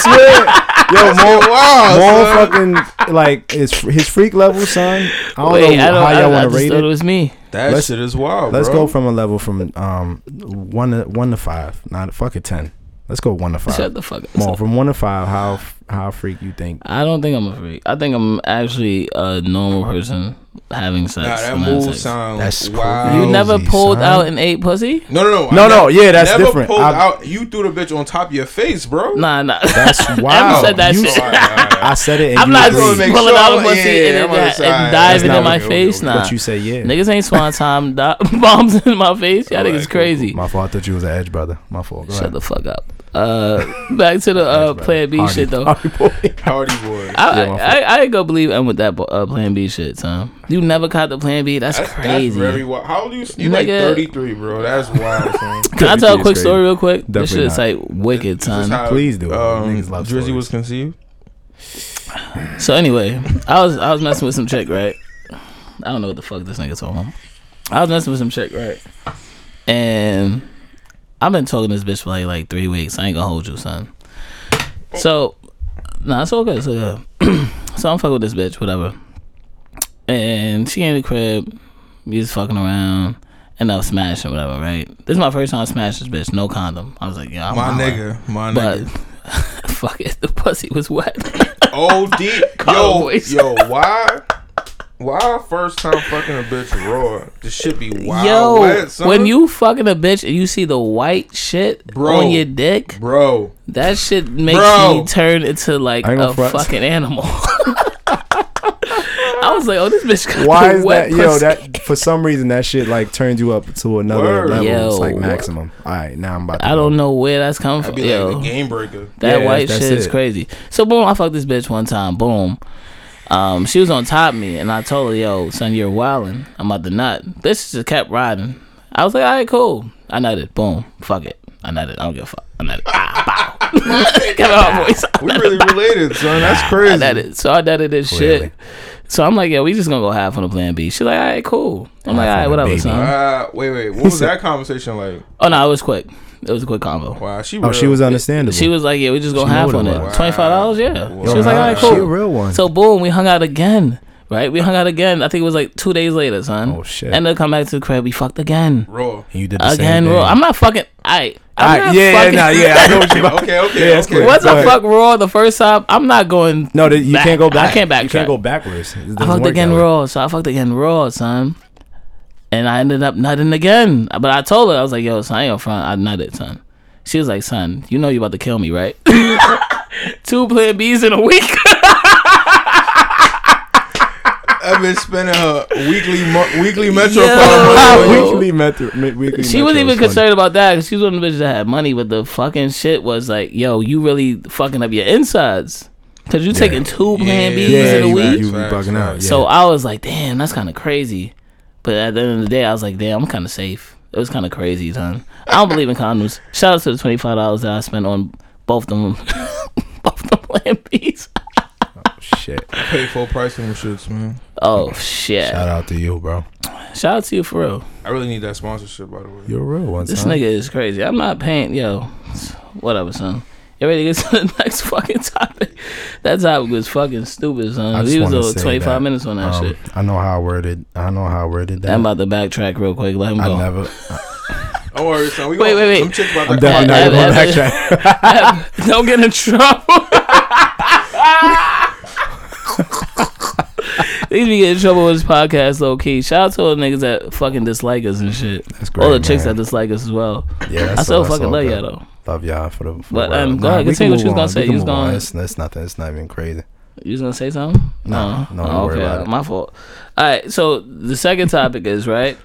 C: swear, yo, more, more
D: wow, son.
C: fucking like his his freak level, son. I don't
B: Wait,
C: know
B: I don't,
C: how
B: I,
C: y'all
B: I
C: want
B: just
C: to rate
B: thought
C: it.
B: it was me.
D: That
C: Let's-
D: shit is wild,
C: Let's go
D: bro.
C: from a level from um one to one to five, not fuck it ten. Let's go one to five.
B: Shut the fuck up.
C: More from one to five. How how freak you think?
B: I don't think I'm a freak. I think I'm actually a normal person having sex.
D: Nah, that
B: when I have
D: move
B: sex.
D: sounds
C: That's
D: wild.
C: crazy.
B: You never
C: Crazy,
B: pulled
C: son.
B: out and ate pussy?
D: No, no, no. I
C: No,
D: ne-
C: no, yeah, that's
D: never
C: different.
D: Pulled
C: I-
D: out. You threw the bitch on top of your face, bro.
B: Nah, nah.
C: That's
B: I
C: wild.
B: said that
C: You-
B: shit.
D: Alright, alright, alright.
C: I said it. And
B: I'm
C: you
B: not
C: agreed.
D: just make
B: pulling
D: sure.
B: out a pussy
D: Yeah,
B: and,
D: I'm on
B: and,
D: the side.
B: diving
C: That's
B: in
C: not
B: my
D: okay, okay,
B: face.
D: okay.
B: Nah,
C: But you say yeah.
B: niggas ain't swan time dog- bombs in my face. Y'all
D: Alright,
B: niggas
D: cool,
B: crazy.
C: My fault. I thought you was an edge brother. My fault. Go
B: Shut
C: ahead.
B: the fuck up. Uh, back to the uh, Plan B
C: Hardy-
B: shit though.
C: Hardy boy.
D: Hardy boy.
B: I,
C: Yeah, my
B: I, I, I go believe I'm with that bo- uh, Plan B shit, son. You never caught the Plan B. That's,
D: That's,
B: crazy.
D: That's very wild. How old are you? You like
B: Nigga.
D: 33, bro. That's wild, son.
B: Can I tell a quick
C: It's crazy.
B: story real quick? this
C: Definitely
B: shit is like wicked,
D: This is
B: son.
D: how,
C: Please do.
D: Um,
C: Niggas love
D: Drizzy
C: stories.
D: was conceived.
B: So anyway, I was I was messing with some chick, right? I don't know what the fuck this nigga talking about. I was messing with some chick, right? And I've been talking to this bitch for like like three weeks. I ain't gonna hold you, son. So nah, it's all good, it's all good. so I'm fucking with this bitch, whatever. And she came to the crib, we was fucking around, and I was smashing, whatever, right? This is my first time smashing this bitch, no condom. I was like, yeah, I'm
D: My
B: hollering.
D: nigga. My
B: But
D: nigga.
B: fuck it, the pussy was wet.
D: OD.
B: Call
D: Yo,
B: voice.
D: yo, why? Why first time fucking a bitch raw? This shit be wild.
B: Yo,
D: wet, son.
B: when you fucking a bitch and you see the white shit
D: Bro.
B: on your dick,
D: Bro,
B: that shit makes
D: Bro.
B: me turn into like
C: I ain't gonna
B: a
C: front.
B: fucking animal. I was like, oh, this bitch got
C: Why
B: the
C: is
B: wet
C: that? Yo,
B: pussy.
C: that for some reason that shit like turns you up to another
D: Word.
C: level. it's
B: Yo,
C: like
B: what-
C: maximum. All right, now I'm about. To
B: I don't know where that's coming
D: that'd
B: from.
D: be
B: Yo,
D: like the game breaker.
B: that
C: Yeah,
B: white
C: that's
B: shit is
C: it.
B: crazy. So boom, I fucked this bitch one time. Boom. Um, she was on top of me, and I told her, "Yo, son, you're wildin'. I'm about to nut." Bitch just kept riding. I was like, "All right, cool." I nutted. Boom. Fuck it. I nutted. I don't give a fuck. I nutted. Ah, bow. Get my voice.
D: We really related, son. That's
B: I
D: crazy.
B: nutted. So I nutted this
C: Clearly.
B: shit. So I'm like, "Yo, we just gonna go half on the plan B." She's like, "All right, cool." I'm like, "All
C: Half
B: right,
C: on the
B: whatever,
C: baby.
B: son."
D: Uh, wait, wait. What was that conversation like?
B: Oh no, it was quick. It was a quick combo.
D: Wow, she.
C: Oh,
D: real.
C: she was understandable.
B: She was like, "Yeah, we just go
C: She knew
B: half
C: what
B: on
C: it
B: it.
C: was.
B: Twenty five dollars, yeah."
D: Wow.
B: She was like, "All right,
C: She
B: cool."
C: a real one.
B: So boom, we hung out again. Right, we hung out again. I think it was like two days later, son.
C: Oh, shit.
B: And then come back to the crib, we fucked again,
D: raw.
C: you did the
B: again.
C: same
B: Raw.
C: thing.
B: I'm not fucking. I.
C: All
B: I'm
C: right,
B: not
C: yeah,
B: fucking,
C: yeah, nah, yeah. I know what you about.
D: Okay, okay,
C: Yeah, it's
D: okay.
C: good.
B: Once I
C: Right.
B: fuck raw the first time, I'm not going.
C: No, that you
B: back.
C: can't go back.
B: I can't back.
C: You can't go backwards. It
B: I
C: doesn't
B: fucked
C: work
B: again
C: that way.
B: raw, so I fucked again raw, son. And I ended up nutting again. But I told her, I was like, yo, son, I ain't gonna front. I nutted, son. She was like, son, you know you about to kill me, right? Two plan Bs in a week.
D: I've been spending her weekly, mo- weekly metro.
B: Yo.
D: Yo.
B: Yo.
C: Weekly metro. me- Weekly
B: she
C: metro
B: wasn't even
C: is funny.
B: concerned about that 'cause she was one of the bitches that had money. But the fucking shit was like, yo, you really fucking up your insides because you taking two Plan Bs
D: Yeah,
B: in a
C: you-
B: week.
C: You be
D: Facts,
C: bugging out.
D: facts.
B: So
C: yeah.
B: I was like, damn, that's kind of crazy. But at the end of the day, I was like, damn, I'm kind of safe. It was kind of crazy, son. I don't believe in condoms. Shout out to the twenty five dollars that I spent on both them, both them Plan Bs.
C: shit.
D: Pay full price on them shits, man.
B: Oh shit!
C: Shout
B: Shout
C: out to you, bro.
B: out, to you for real.
D: I really need that sponsorship, by the way.
C: You're a real one.
B: This
C: son.
B: nigga is crazy. I'm not paying. Yo, whatever, son. You ready to get to the next fucking topic? That topic was fucking stupid,
C: I
B: son.
C: just
B: We was
C: wanna
B: over
C: say
B: 25
C: that,
B: minutes on that
C: um,
B: shit.
C: I know how I worded. I know how I worded that.
B: I'm about to backtrack real quick. Let him
C: I
B: go.
C: never.
D: Don't worry, son. We
B: Wait,
D: gonna-
B: wait, wait.
D: Them chicks about
C: I'm
D: to come
C: definitely
D: out.
C: not going
B: I- I-
C: backtrack.
B: Don't get in trouble. These be getting in trouble with this podcast, low key. Shout out to all the niggas that fucking dislike us and shit.
C: That's
B: all the
C: great,
B: chicks
C: man.
B: that dislike us as well.
C: Yeah, that's
B: I still
C: all- that's
B: fucking
C: all
B: love
C: good.
B: y'all though.
C: Love y'all for the. For
B: But,
C: the world.
B: um, go ahead,
C: we
B: continue what you
C: can
B: was
C: move
B: gonna
C: on,
B: say.
C: we
B: You
C: can
B: was
C: move on.
B: gonna-
C: It's, it's nothing. It's not even crazy.
B: You was gonna say something?
C: No, no, don't
B: Oh,
C: worry about it.
B: My fault. All right, so the second topic is right,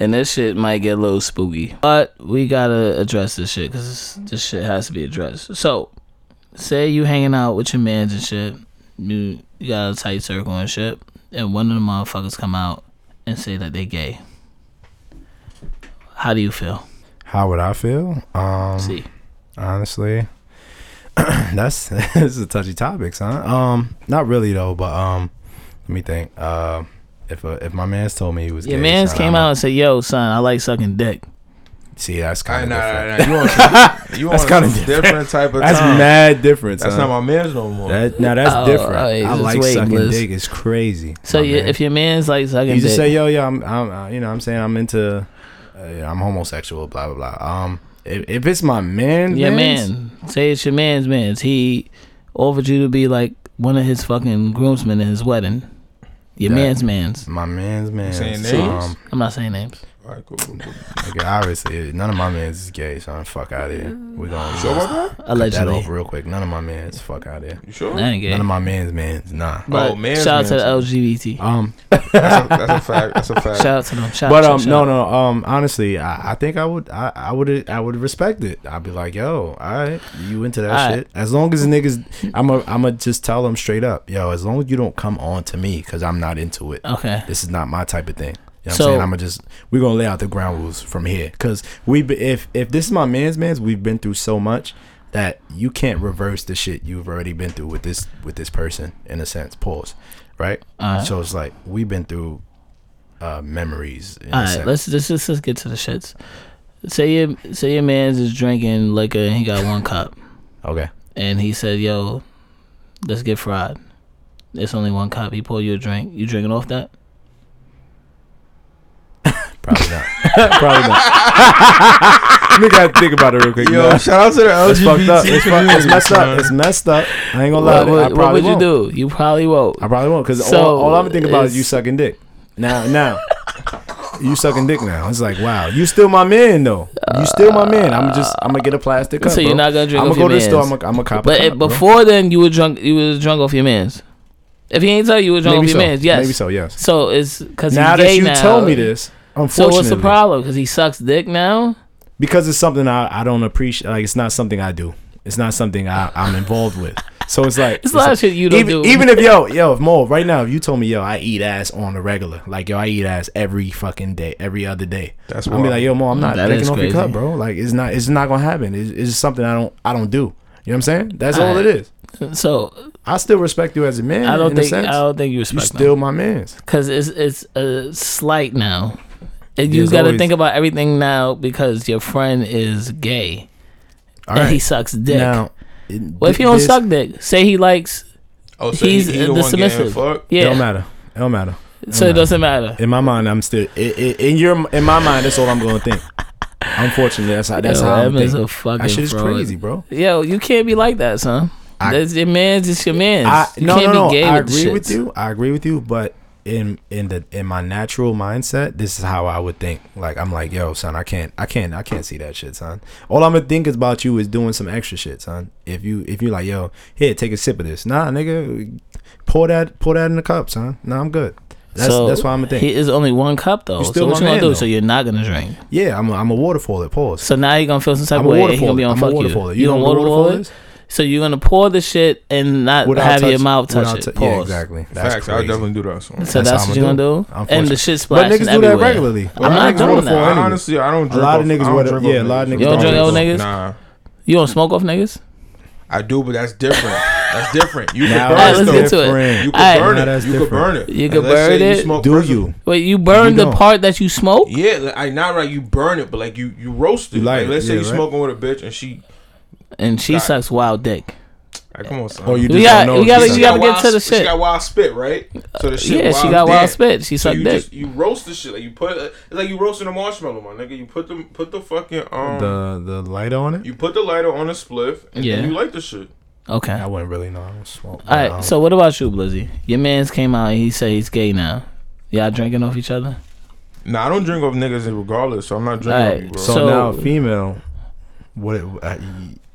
B: and this shit might get a little spooky, but we gotta address this shit because this shit has to be addressed. So, say you hanging out with your mans and shit, you, you got a tight circle and shit, and one of the motherfuckers come out and say that they gay. How do you feel?
C: How would I feel? Um,
B: See,
C: honestly that's this is a touchy topic son um not really though but um let me think uh if a, if my man's told me he was
B: your
C: gay,
B: mans
C: son,
B: came
C: I'm-
B: out and said, "Yo, son, I like sucking dick."
C: see that's
D: I,
C: kind
D: nah,
C: of
D: nah,
C: different
D: nah, You on some, you on
C: That's
D: some
C: kinda
D: different.
C: different.
D: type of
C: that's
D: time.
C: mad different
D: That's
C: son.
D: not my man's no more.
C: that, now that's
B: Oh,
C: different
B: oh, yeah,
C: I
B: just
C: like
B: wait,
C: sucking
B: Bliss.
C: dick it's crazy
B: So
C: my
B: you,
C: man.
B: if your man's like sucking
C: you
B: dick,
C: just say yo yo I'm, I'm uh, you know I'm saying I'm into uh, you know, I'm homosexual blah blah blah um if, if it's my man
B: your
C: man's-
B: man, say it's your man's man's. He offered you to be like one of his fucking groomsmen at his wedding. Your
C: That-
B: man's man's.
C: my man's man
D: saying names?
B: I'm not saying names.
D: All right, cool, cool, cool.
C: Like, obviously, none of my mans is gay, so I'm fuck out of here. We gonna
D: Sure about
C: cut
D: that?
C: that
B: Allegedly,
C: off real quick. None of my mans, fuck out of here.
D: You sure?
B: I ain't gay.
C: None of my mans, mans, nah.
B: But
D: Oh, man's
B: shout out to the
D: man's.
B: LGBT.
C: Um,
D: That's a, that's a fact. That's a fact.
B: Shout out to them. Shout
C: but
B: out,
C: um,
B: shout
C: no,
B: out.
C: no. Um, honestly, I, I think I would, I, I would, I would respect it. I'd be like, yo, all right, you into that
B: Alright.
C: shit? As long as niggas, I'm a, I'm a just tell them straight up, yo. As long as you don't come on to me, cause I'm not into it.
B: Okay.
C: This is not my type of thing. You know what
B: So-
C: I'm saying? I'm gonna just we're gonna lay out the ground rules from here, cause we be- if if this is my man's man's, we've been through so much that you can't reverse the shit you've already been through with this with this person in a sense. Pause, right?
B: Alright.
C: So it's like we've been through uh, memories. In
B: All
C: a
B: right,
C: sense.
B: let's just let's, let's get to the shits. Say your say your man's is drinking liquor and he got one cup
C: okay.
B: and he said, "Yo, let's get fried." It's only one cup. He poured you a drink. You drinking off that?
C: Probably not. Probably not. Let me gotta think about it real quick.
D: Yo,
C: nah.
D: shout out to the
C: it's fucked up. It's, fuck-
D: LGBT
C: it's messed up.
D: community.
C: It's messed up. I ain't gonna lie.
B: What,
C: I
B: what,
C: probably
B: what would you
C: won't.
B: do? You probably won't.
C: I probably won't because
B: So,
C: all, all I'm thinking about is you
B: it's-
C: sucking dick. Now, now, you sucking dick now. It's like wow, you still my man though. You still my man. I'm just I'm gonna get a plastic cup.
B: So you're
C: bro.
B: not gonna drink
C: I'm
B: off
C: gonna go
B: your
C: to the store. I'm
B: mans.
C: gonna I'm gonna cop. a
B: But
C: cup,
B: it,
C: bro.
B: before then, you were drunk. You was drunk off your man's. If he ain't tell you, you were drunk
C: maybe
B: off
C: so.
B: your man's. Yes.
C: maybe so. Yes.
B: So it's because
C: Now that you
B: now.
C: told me this,
B: So
C: unfortunately,
B: what's the problem? Because he sucks dick now.
C: because it's something I, I don't appreciate. Like it's not something I do. It's not something I, I'm involved with. So it's like
B: It's a lot of shit you don't
C: even,
B: do.
C: even if yo, yo, if Mo, right now, if you told me yo, I eat ass on the regular, like yo, I eat ass every fucking day, every other day.
D: That's
C: I'll be
D: wild.
C: like, yo, Mo, I'm not
B: That
C: drinking
B: is
C: off your
B: crazy.
C: cup, bro. Like it's not, it's not gonna happen. It's, it's just something I don't, I don't do. You know what I'm saying? That's all
B: Alright.
C: it is.
B: So
C: I still respect you as a man.
B: I don't
C: in a
B: think I
C: sense.
B: don't think you
C: you
B: respect them.
C: still my man's.
B: because it's it's a slight now. And you
C: There's
B: got to
C: always-
B: think about everything now because your friend is gay
C: All
B: and
C: right.
B: he sucks dick.
C: Now, it-
B: well, if he don't
C: this-
B: suck dick, say he likes,
D: Oh, so
B: He's
D: he, he
B: the
D: the one getting
B: submissive.
D: fucked.
C: it don't
B: yeah.
C: matter. It don't matter.
B: So it doesn't matter.
C: In my mind, I'm still i i in your in my mind. That's all I'm gonna think. Unfortunately, that's how that's
B: Yo,
C: how I'm
B: Evan's
C: thinking.
B: a fucking
C: That shit is
B: fraud.
C: crazy, bro.
B: Yo, you can't be like that, son.
C: I-
B: That's your man's. It's your man's.
C: I
B: you
C: no
B: can't
C: no no.
B: be gay
C: I
B: with the
C: agree with
B: shits.
C: you. I agree with you. But in in the in my natural mindset, this is how I would think. Like I'm like, yo, son, I can't, I can't, I can't see that shit, son. All I'm gonna think is about you is doing some extra shit, son. If you if you like, yo, here, take a sip of this. Nah, nigga, pour that pour that in the cup, son. Nah, I'm good. That's
B: so
C: that's why I'm gonna think.
B: He is only one cup though.
C: You still
B: so what
C: my
B: you gonna
C: man,
B: do?
C: though.
B: So you're not gonna drink.
C: yeah, I'm a, I'm a waterfall at pause.
B: So now you're gonna feel some type
C: I'm
B: of
C: a
B: way. and He gonna be
C: waterfall.
B: on
C: I'm
B: fuck
C: a waterfall.
B: you. You, gonna waterfall
C: is?
B: it? So you're gonna pour the shit and not have your mouth touch it.
C: without
B: Pause.
C: tou- Yeah, exactly. That's
D: Facts. I'll
C: crazy.
D: definitely do that. Song.
B: So
C: That's
B: that's,
C: how
B: what
C: I'ma
B: you're gonna
C: do.
B: do, and the
C: Unfortunately.
B: shit
C: But
B: splashing
C: niggas do that
B: everywhere.
C: regularly.
B: I'm
C: A lot
B: not
C: of niggas
B: doing
C: roll for
B: that.
C: it.
D: I honestly, I don't.
C: A
D: Drink
C: lot
D: off,
C: of niggas
D: I don't
C: with a-
D: drink
C: yeah, a
D: off
C: lot of niggas
B: You don't drink
D: off
B: old niggas?
D: Nah,
B: You don't smoke off niggas.
D: I do, but that's different. that's different. You
C: Now
D: can
B: Alright,
C: that's
D: burn
B: let's
D: it.
B: get to
C: different.
D: though. You
B: it.
D: can
B: Alright.
D: burn
C: Now
D: it.
C: that's
D: You can
C: different.
D: burn it.
B: You can
D: And let's
B: burn
D: say
B: it.
D: smoke
C: Do
D: prison-
C: you?
B: Wait, you burn the
C: don't.
B: part that you smoke?
D: Yeah, like, I not right. You burn it, but like you, you roast it.
C: You light
D: like,
C: it,
D: let's say
C: yeah,
D: you
C: right?
D: smoking with a bitch and she.
B: And she
D: Right.
B: sucks wild dick.
D: Like, come on, son.
C: Or Oh, you
B: We
C: just
B: got-
C: don't know
B: we
C: if
B: gotta-
C: you
D: She
B: you
C: suck.
B: gotta- get
D: wild
B: to the
D: sp- She
B: shit.
D: got wild spit, right? So the shit.
B: yeah, she got
D: damn.
B: wild spit. She
D: So
B: sucked
D: you
B: dick.
D: just you roast the shit like you put it's like you roasting a marshmallow, my nigga. You put the put the fucking um
C: the the light on it.
D: you put the lighter on a spliff and
B: Yeah.
D: then you light the shit.
B: okay.
C: I
B: All
C: wouldn't really know. I don't smoke. but,
B: right.
C: um,
B: So what about you, Blizzy? Your man's came out and he said he's gay now. Y'all drinking off each other?
D: Nah, I don't drink off niggas regardless, so I'm not drinking
B: Alright,
D: off you, bro.
C: so,
B: so-
C: now female. What it, I,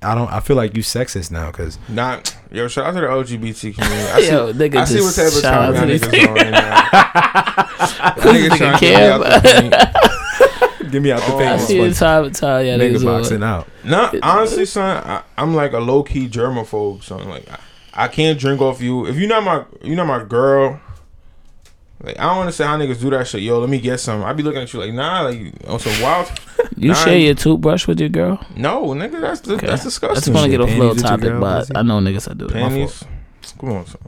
C: I don't. I feel like you sexist now because
D: Not yo, shout out to the LGBT community. I see,
B: Yo, nigga,
D: I see
B: just
D: what type of
B: shout out
D: time y'all
B: to these
D: niggas on right now. Y'all niggas
B: Nigga
D: trying to get me out the
B: Kev.
D: community.
C: Get me out the
D: Oh,
C: thing.
B: I
D: I
B: see the
C: It's
B: time, time, yeah,
C: fun.
B: they
C: Nigga
B: was
C: boxing
B: on.
C: out.
D: Nah, honestly, son, I, I'm like a low key germaphobe. Son, like I, I can't drink off you. If you're not my, you're not my girl. Like I don't understand how niggas do that shit. Yo, let me get some. I be looking at you like, nah, like on some wild.
B: You
D: Nah,
B: share your toothbrush with your girl?
D: No, nigga, that's that's
B: I just
D: disgusting.
B: want to
C: shit.
B: get off a little
C: Panties with your
B: topic,
C: girl,
B: but
C: pussy?
B: I know niggas that do that.
D: Panties. Come on, son.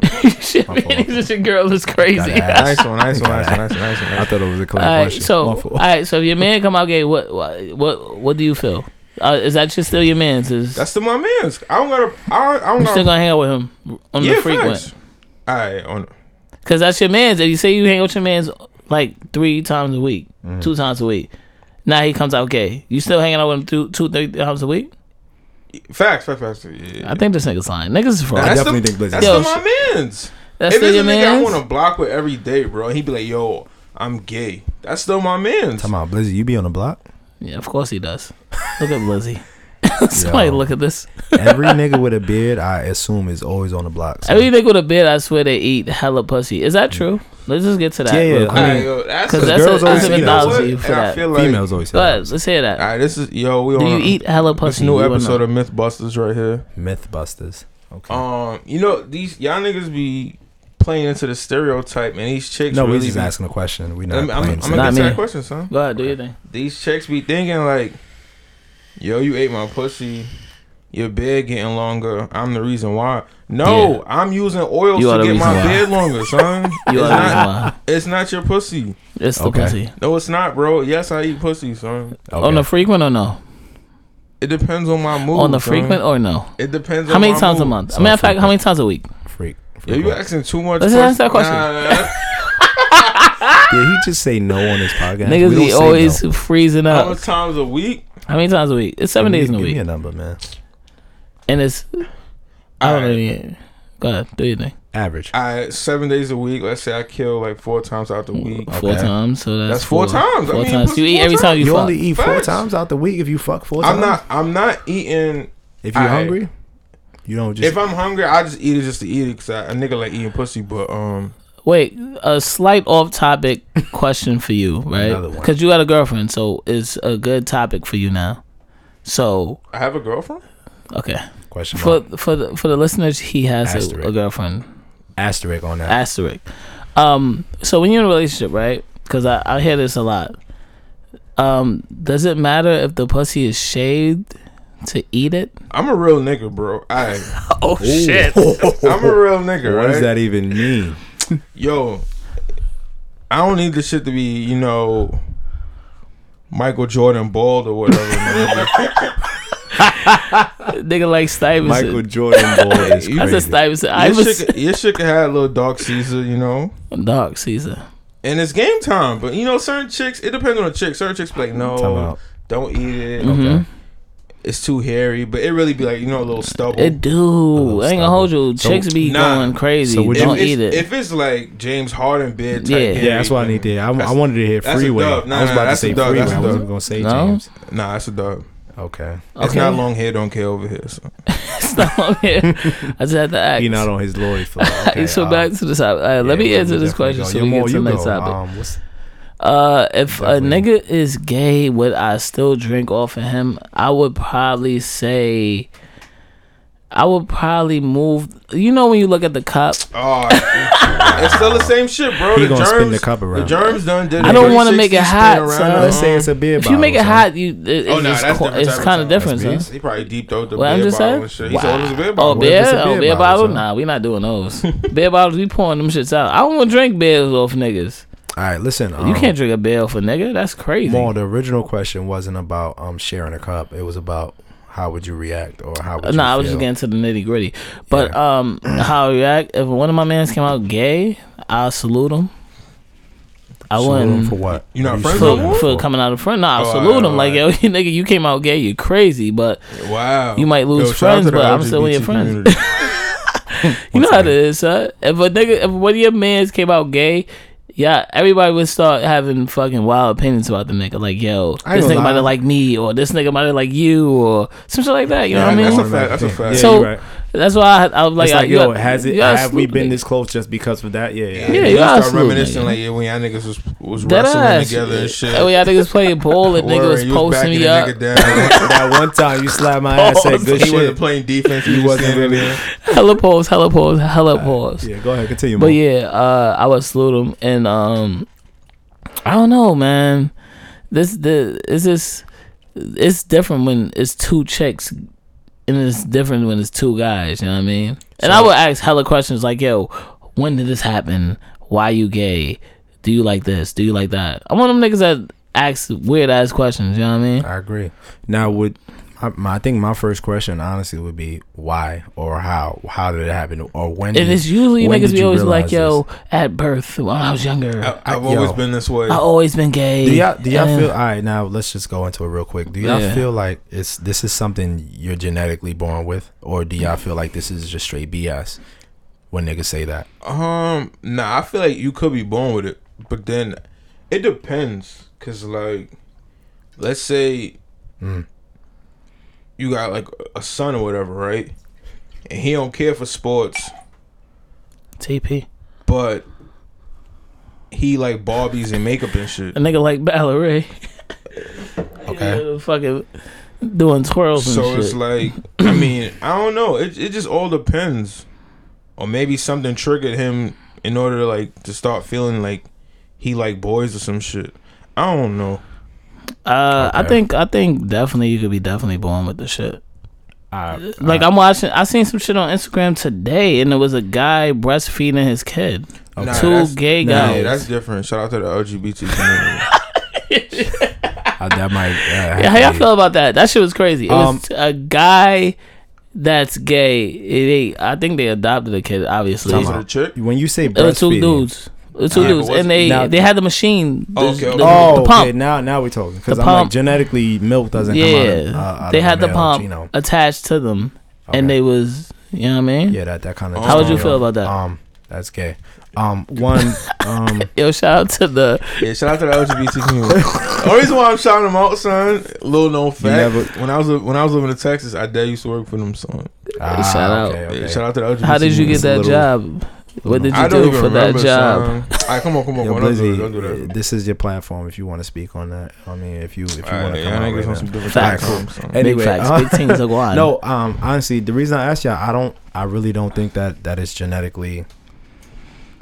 B: Shit, panties with your girl is
C: Gotta
B: crazy.
C: ask.
D: nice one, nice one, nice one, nice one, nice one.
C: I thought it was a clear
B: All right,
C: question.
B: so
C: My
B: all
C: fault.
B: right, so if your man come out gay, what what what, what do you feel? Uh, is that just still your man's? Is
D: That's still my man's. I don't gotta. I, I don't
B: you
D: gotta.
B: still gonna hang out with him on
D: yeah,
B: the frequent?
D: facts. All right, on.
B: Because that's your man's. If you say you hang out with your man's like three times a week,
D: Mm-hmm.
B: two times a week, now he comes out gay. You still hanging out with him two, two, three times a week?
D: Facts, facts, facts. Yeah.
B: I think this nigga's lying. Niggas is fraud.
D: That's
B: That's,
C: definitely
D: the,
C: think Blizz is
D: That's
B: gay.
D: still my man's. if
B: still
D: it's a
B: your
D: nigga I
B: man's.
D: want to block with every day, bro, he'd be like, "Yo, I'm gay." That's still my man's.
C: Come on, Blizzy, you be on the block.
B: Yeah, of course he does. Look at Lizzie. Somebody
C: Yo.
B: look at this.
C: Every nigga with a beard, I assume, is always on the block. so-
B: Every nigga with a beard, I swear they eat hella pussy. Is that true? Let's just get to that.
C: Yeah, yeah,
B: real
C: I
B: quick.
D: All
C: mean,
D: right, yo, that's
B: 'cause
D: a-
B: that's
C: girls
B: a,
C: always
B: that's an
C: eat
B: analogy
D: And
B: for
D: I
B: that.
D: feel like
C: Females always say
B: Go
C: that.
B: ahead, let's hear
D: All
B: that.
D: right, this is yo. We
B: Do
D: on
B: you
D: a-
B: eat hella
D: this
B: pussy?
D: new
B: You wanna-
D: episode of MythBusters right here.
C: Mythbusters. Okay.
D: Um, you know these y'all niggas be playing into the stereotype, and these chicks
C: no,
D: really
C: we just
D: be-
C: asking a question. We not.
D: I'm, I'm, I'm
C: playing
D: gonna
B: Not
D: get
B: me.
D: to that question, son.
B: Go ahead, do your thing.
D: These chicks be thinking like, "Yo, you ate my pussy. Your beard getting longer. I'm the reason why." No,
B: Yeah.
D: I'm using oils
B: You are
D: to
B: the
D: get my
B: reason why.
D: beard longer, son.
B: You
D: it's,
B: are the reason why.
D: not, it's not your pussy.
B: It's the
C: Okay.
B: pussy.
D: No, it's not, bro. Yes, I eat pussy, son.
C: Okay.
B: On the frequent or no?
D: It depends on my mood.
B: on the
D: son.
B: frequent or no?
D: It depends.
B: How
D: on
B: many
D: my
B: times a
D: mood.
B: month? I
C: So
B: mean, in fact,
C: frequent.
B: how many times a week?
C: freak.
D: Yo,
C: freak
D: you
C: yeah,
D: asking too much.
B: Let's ask that
D: questions.
B: question.
C: Did he just say no on his podcast?
B: Niggas
C: We don't
B: be
C: say
B: always
C: no.
B: freezing
D: Nah, how many
B: up.
D: times a week?
B: How many times a week? It's seven
C: Give me-
B: days in a
C: give me
B: week,
C: a number, man.
B: and it's I don't know.
D: Alright.
B: yeah. Go ahead, do your thing.
C: Average.
D: I seven days a week. Let's say I kill like four times out the week.
B: Four
C: Okay.
B: times, so that's,
D: That's four times. I
B: Four
D: mean,
B: times.
D: what's
B: You eat
D: four
B: every time
D: times?
B: you,
C: You
B: fuck.
C: only eat four
D: Facts.
C: times out the week if you fuck four times.
D: I'm not. I'm not eating.
C: If you're
D: Alright.
C: hungry, you don't just.
D: If I'm hungry, I just eat it just to eat it. Cause I, a nigga like eating pussy, but um,
B: Wait, a slight off-topic question for you, right?
C: Another one.
B: Because you got a girlfriend, so it's a good topic for you now. So
D: I have a girlfriend.
B: okay,
C: question
B: for
C: mark.
B: for the for the listeners, he has a,
C: Asterisk.
B: a girlfriend.
C: asterisk on that.
B: asterisk. Um, so when you're in a relationship, right? Because I, I hear this a lot. Um, does it matter if the pussy is shaved to eat it?
D: I'm a real nigga, bro. I
B: Oh shit!
D: I'm a real nigga,
C: What
D: right?
C: does that even mean?
D: Yo, I don't need this shit to be you know Michael Jordan bald or whatever. man.
B: Nigga like Stuyvesant.
C: Michael Jordan boy
B: That's
C: is
B: a
C: crazy.
B: Stuyvesant. I
D: Your,
B: was
D: shit, could- your shit could have a little dark Caesar, you know.
B: dog Caesar.
C: Oh.
D: And it's game time, but you know, certain chicks. It depends on the chick. Certain chicks be like,
C: Time out. Mm-hmm.
D: no, don't eat it.
B: Mhm.
D: It's too hairy. But it really be like you know a little stubble.
B: It do. I ain't gonna hold you.
C: Oh, So-
B: Chicks be
D: Nah.
B: going crazy.
C: So would you-
B: Don't
D: if
B: eat
D: it's,
B: it.
D: If it's like James Harden bid type,
B: Yeah.
D: Henry,
C: Yeah, that's what I need to hear. I, I
D: That's-
C: wanted to hear
D: that's a
C: freeway.
D: dub. Nah,
C: I was
D: nah,
C: about to
D: that's
C: say
D: a dub.
C: freeway.
D: That's a
C: I wasn't
D: dub.
C: gonna say
B: No?
C: James.
D: Nah, that's a dub.
C: Okay,
D: It's
B: Okay.
D: not long hair, don't care over here. So.
B: It's not on here. I just had to act.
C: he not on his Lori flow. Okay,
B: so
C: um,
B: back to the topic. All right, let
C: yeah,
B: me
C: we'll
B: answer this
C: definitely
B: question
C: go.
B: so
C: Yo,
B: we
C: Mo,
B: get to
C: you
B: the next
C: go.
B: topic.
C: Um, what's-
B: Uh, if
C: Definitely.
B: a nigga is gay, would I still drink off of him? I would probably say, I would probably move. You know when you look at the cup,
D: Oh, it's still the same shit, bro.
C: He
D: the
C: gonna
D: germs,
C: spin the cup around.
D: The germs done did.
B: I
D: a
B: don't wanna make it
D: 360 spin
B: hot,
D: around
B: son.
D: the-
C: Let's say it's a beer.
B: if you make it
C: bottle,
B: hot, you it, it's,
D: Oh no,
B: just
D: that's
B: co-
D: different.
B: it's
D: type
B: kind
D: of time.
B: of different,
C: That's
B: son.
D: He probably deep throat the
B: What I'm
D: beer
B: just
D: bottle
B: saying?
D: and shit. He sold his beer
B: Oh,
D: bottle.
C: What if
B: beer,
C: it's a
B: oh,
C: beer
B: beer
C: bottle,
B: bottle?
C: son?
B: Nah, we not doing those. beer bottles, we pouring them shits out. I don't want to drink beers off niggas.
C: son. All right, listen.
B: You
C: um,
D: Oh.
B: can't drink a beer off a nigga. That's crazy.
C: Mo, the original question wasn't about um sharing a cup. It was about how would you react or how would
B: No,
C: you
B: I was just
C: feel.
B: getting to the nitty gritty. But um, how I react if one of my mans came out gay? I'll salute him. I
C: Salute him
B: wouldn't
C: for
B: for,
C: what?
D: You not
C: What
D: friends
C: salute
D: no
C: him
D: more?
B: for coming out in front. No, I'll
D: Oh,
B: salute him
D: alright,
B: like yo, nigga, you came out gay, you crazy. But
D: Wow.
B: You might lose friends,
D: shout out to the
B: but I'm still in your
D: LGBT
B: friends.
D: community.
B: you know how it is, huh? If a nigga, if one of your mans came out gay. Yeah, everybody would start having fucking wild opinions about the nigga. Like, yo,
C: I
B: this
C: ain't
B: nigga
C: gonna
B: might have
C: lie.
B: liked me, or this nigga might have liked you, or some shit like that. You know
D: Yeah,
B: what I mean?
D: that's a fact. That's a fact.
C: Yeah,
B: So-
C: you're right.
B: That's why I, I was like,
C: It's like,
B: I-
C: yo,
B: yeah,
C: has it?
B: yeah,
C: have we been
B: absolutely.
C: this close just because of that? Yeah, yeah.
B: Yeah,
D: you
B: you are
D: start
B: smooth,
D: reminiscing
B: nigga.
D: like yeah, when y'all niggas was, was
B: Dead
D: wrestling
B: ass.
D: together and shit.
B: Oh, yeah, niggas playing ball and nigga
D: Word,
B: was
D: you
B: posting
D: backing
B: me
D: the
B: up.
D: nigga down.
C: that one time you slapped my ass, said good
D: he wasn't
C: shit.
D: playing defense. He,
C: He
D: was
C: wasn't
D: standing
C: really-
D: there.
B: Hella pause, hella pause, hella pause.
C: Yeah, go ahead, continue.
B: But
C: Mo.
B: yeah, uh, I would salute him, and um, I don't know, man. This the it's just it's different when it's two chicks, and it's different when it's two guys. You know what I mean? and I
C: So-
B: would ask hella questions like, "Yo, when did this happen? Why you gay? Do you like this? Do you like that?" I'm one of them niggas that ask weird ass questions. You know what I mean?
C: I agree. Now, would I, my, I think my first question honestly would be why or how? How did it happen? Or when?
B: And
C: did-
B: it's usually
C: when
B: niggas
C: did
B: be
C: you
B: always like,
C: realize
B: "Yo, at birth, when I was younger,
D: I,
C: I-
D: I've always
C: yo.
D: been this way.
B: I always been gay."
C: Do y'all, do y'all
B: And-
C: feel all right? Now let's just go into it real quick. Do y'all
B: Yeah.
C: feel like it's this is something you're genetically born with, or do y'all feel like this is just straight BS when niggas say that?
D: Um, nah, I feel like you could be born with it, but then it depends. Cause like, let's say
B: Mm.
D: you got like a son or whatever, right? And he don't care for sports,
B: TP?
D: but he like Barbies and makeup and shit.
B: A nigga like Balleray.
C: Okay.
B: Yeah, fucking doing twirls and
D: So
B: shit.
D: it's like, I mean, I don't know. It it just all depends. Or maybe something triggered him in order to like to start feeling like he like boys or some shit. I don't know.
B: uh, I
C: Okay.
B: think I think definitely you could be definitely born with the shit.
C: I,
B: Like I'm watching, I seen some shit on Instagram today, and it was a guy breastfeeding his kid.
D: Nah,
B: Two
D: that's-
B: gay
C: nah,
D: Yeah,
B: guys.
D: that's different. Shout out to the LGBT community.
C: I- that might. Uh,
B: Yeah, how y'all feel about that? That shit was crazy. It
C: Um,
B: was a guy that's gay. It- They, I think they adopted a kid. Obviously,
C: Time
D: Is it
B: it
D: a chick?
C: when you say
B: was two
C: breastfeeding-
B: dudes. It was two
D: Yeah,
B: dudes,
D: but
B: and they
C: now-
B: they had the machine. The,
D: Okay, okay.
B: the-
C: Oh,
B: the pump.
C: okay. Now, now we're talking because
B: The
C: I'm
B: pump.
C: like genetically milk doesn't
B: yeah,
C: come out. Of, uh, out
B: they
C: of
B: had
C: the,
B: the
C: male
B: pump
C: genome.
B: attached to them, and
C: Okay.
B: they was you know what I mean.
C: Yeah, that that kind of.
D: How would you
B: feel about that?
C: Um, that's gay. Um, one. Um,
B: Yo, shout out to the
D: Yeah, shout out to the LGBT community. the reason why I'm shouting them out, son, little known fact.
C: never-
D: when I was when I was living in Texas, I dad used to work for them, son.
C: ah,
B: Shout out.
C: okay,
D: Yeah,
C: okay.
D: shout out to the LGBT.
B: how did you get
D: community.
B: that
C: little-
B: job? What did
D: I
B: you
D: don't
B: do
D: even
B: for that
D: remember,
B: job?
D: son. All right, come on, come on,
C: Yo,
D: come on. Don't do
C: Blizzy,
D: that. Don't do that.
C: uh, this is your platform if you want to speak on that. I mean, if you if you
D: All
C: want
D: right,
C: to
D: y'all
C: come out
D: niggas
C: right
D: on
C: now.
D: some different
B: Facts.
D: platforms, son.
C: Anyway,
B: big facts,
C: uh,
B: big things are going.
C: No, um, honestly, the reason I asked y'all, I don't, I really don't think that that is genetically,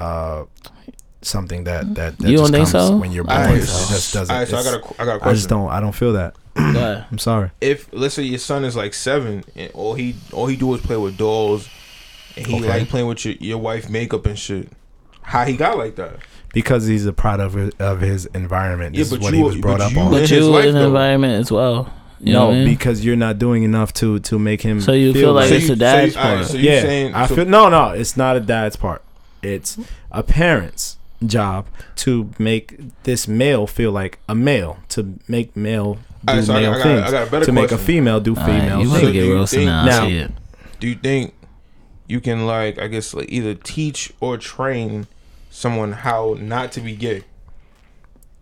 C: uh, something that that, that
B: You don't
C: just
B: think
C: comes
B: so?
C: when you're born.
D: All
B: Alright,
D: right,
C: It just
D: so
C: doesn't.
D: I got
C: it's-
D: a, qu- I got a
C: I just
D: question.
C: don't. I don't feel that.
B: But
C: I'm sorry.
D: If let's say your son is like seven, and all he all he do is play with dolls, and he
C: Okay.
D: like playing with your your wife makeup and shit. How he got like that?
C: because he's a product of, of his environment.
D: Yeah,
C: This
D: but
C: is what
D: you
C: he
D: were-
C: was brought
D: but
C: up
D: you
C: on.
D: were-
B: but
D: his
B: you
D: life,
B: in an
D: though.
B: environment as well. You know
C: no,
B: what I mean?
C: because you're not doing enough to to make him.
B: So you feel like
D: So
B: it's
D: you-
B: a dad's
D: so you, all right,
B: part.
D: so you
C: yeah,
D: saying
C: I
D: so-
C: feel no, no. It's not a dad's part. It's a parent's job to make this male feel like a male to make male do
D: Alright, so I
C: male
D: got- I got-
C: things
D: I got a better
C: to make a
D: question.
C: female do
B: All right,
C: female
B: you
D: So
B: want to
C: things.
D: do
B: get
D: you
B: roasted
D: think-
B: now? I
C: Now-
B: see it.
D: do you think you can like I guess like either teach or train someone how not to be gay?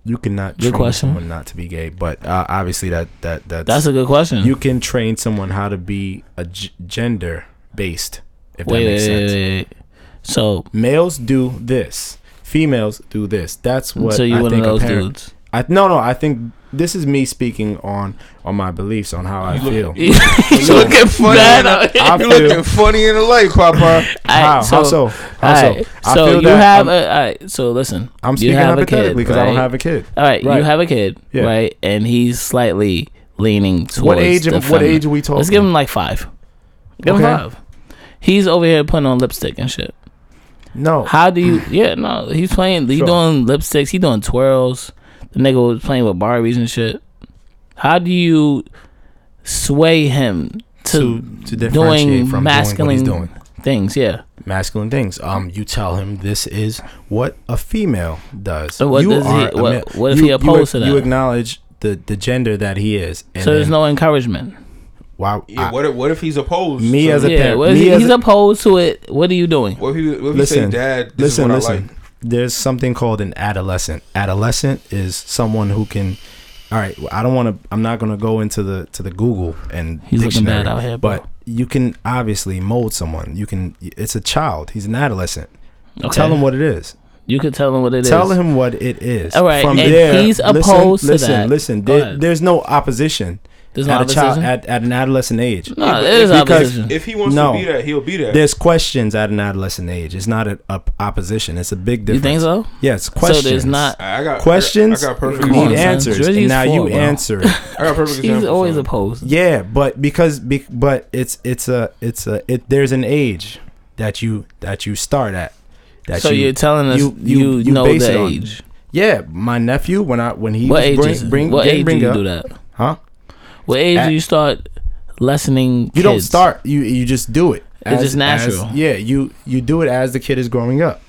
C: You cannot
B: Good
C: train
B: question.
C: someone not to be gay, but uh, obviously that that that's,
B: That's a good question.
C: you can train someone how to be a g- gender based. If
B: wait,
C: that
B: wait,
C: makes sense.
B: wait, wait, wait. So,
C: males do this females do this that's what
B: so you
C: I
B: one of
C: think a
B: those
C: parent-
B: dudes?
C: I, no no i think this is me speaking on on my beliefs on how i feel
B: you looking bad out here.
C: I feel
D: funny in the light, Papa.
C: how,
B: Alright,
C: how so how
B: alright,
C: so i
B: so
C: feel
B: you
C: that
B: have
C: I'm,
B: a. alright, so listen,
C: I'm
B: you
C: speaking
B: have a kid,
C: hypothetically because i don't
B: right? Uh,
C: have a kid
B: All right, you
C: Right.
B: have a kid,
C: Yeah.
B: right? And he's slightly leaning towards
C: what age
B: the
C: am, what
B: feminine.
C: age are we talking
B: Let's give him like five. Give
C: Okay.
B: him five. He's over here putting on lipstick and shit.
C: no
B: How do you? Yeah, no, he's playing. He
C: Sure.
B: doing lipsticks. He doing twirls. The nigga was playing with Barbies and shit. How do you sway him
C: to
B: to,
C: to differentiate from doing what he's
B: masculine-
C: doing
B: things? Yeah,
C: masculine things. Um, you tell him this is what a female does.
B: So what
C: you
B: does he-
C: are a
B: what-
C: male.
B: what if
C: you,
B: he opposed to
C: you,
B: that?
C: You acknowledge the the gender that he is. And
B: so there's
C: then
B: no encouragement.
C: why.
D: Yeah,
C: I-
D: what if what if he's opposed?
C: Me
D: So
C: as a-
D: what
B: Yeah,
C: parent,
B: what is
C: me
B: he,
C: as
B: he's
C: a-
B: opposed to it. What are you doing?
D: if he what if he say,
C: listen,
D: Dad, this
C: listen,
D: is what
C: listen.
D: I like.
C: There's something called an adolescent. Adolescent is someone who can. All right, well, I don't want to. I'm not going to go into the to the Google and
B: He's looking
C: dictionary,
B: bad out here, bro.
C: but you can obviously mold someone. You can. It's a child. He's an adolescent.
B: Okay.
C: Tell him what it is.
B: you could tell him what it is.
C: Tell him what it is.
B: All right, and he's opposed to
C: listen, listen,
B: that.
C: Listen,
B: Go
C: there-
B: ahead.
C: there's no opposition
B: There's no
C: at a child
B: opposition?
C: at, at an adolescent age.
B: No, it is
C: because
B: opposition.
D: If he wants
C: No.
D: to be that, he'll be that.
C: There's questions at an adolescent age. It's not an op- opposition. It's a big
B: you
C: difference.
B: think so?
C: Yes, questions.
B: not-
D: I I got
C: questions.
D: I got perfect.
C: you
B: Come on,
C: need
B: son.
C: answers,
B: Drizzy's
C: and now
B: four,
C: you
B: bro.
C: answer.
D: I got perfect.
B: He's
D: example,
B: always
D: son.
B: opposed.
C: yeah, but because be, but it's it's a it's a it. There's an age that you that you start at. That
B: So you, are telling us you, know
C: base it
B: the
C: on.
B: age.
C: Yeah, my nephew when I when he
B: What
C: was
B: age
C: bring,
B: is
C: bring
B: what
C: didn't
B: age
C: bring
B: do you
C: up-
B: do that?
C: Huh?
B: What age
C: At-
B: do you start lessening?
C: You don't
B: kids?
C: start. You you just do it.
B: It's just natural.
C: as- yeah, you you do it as the kid is growing up.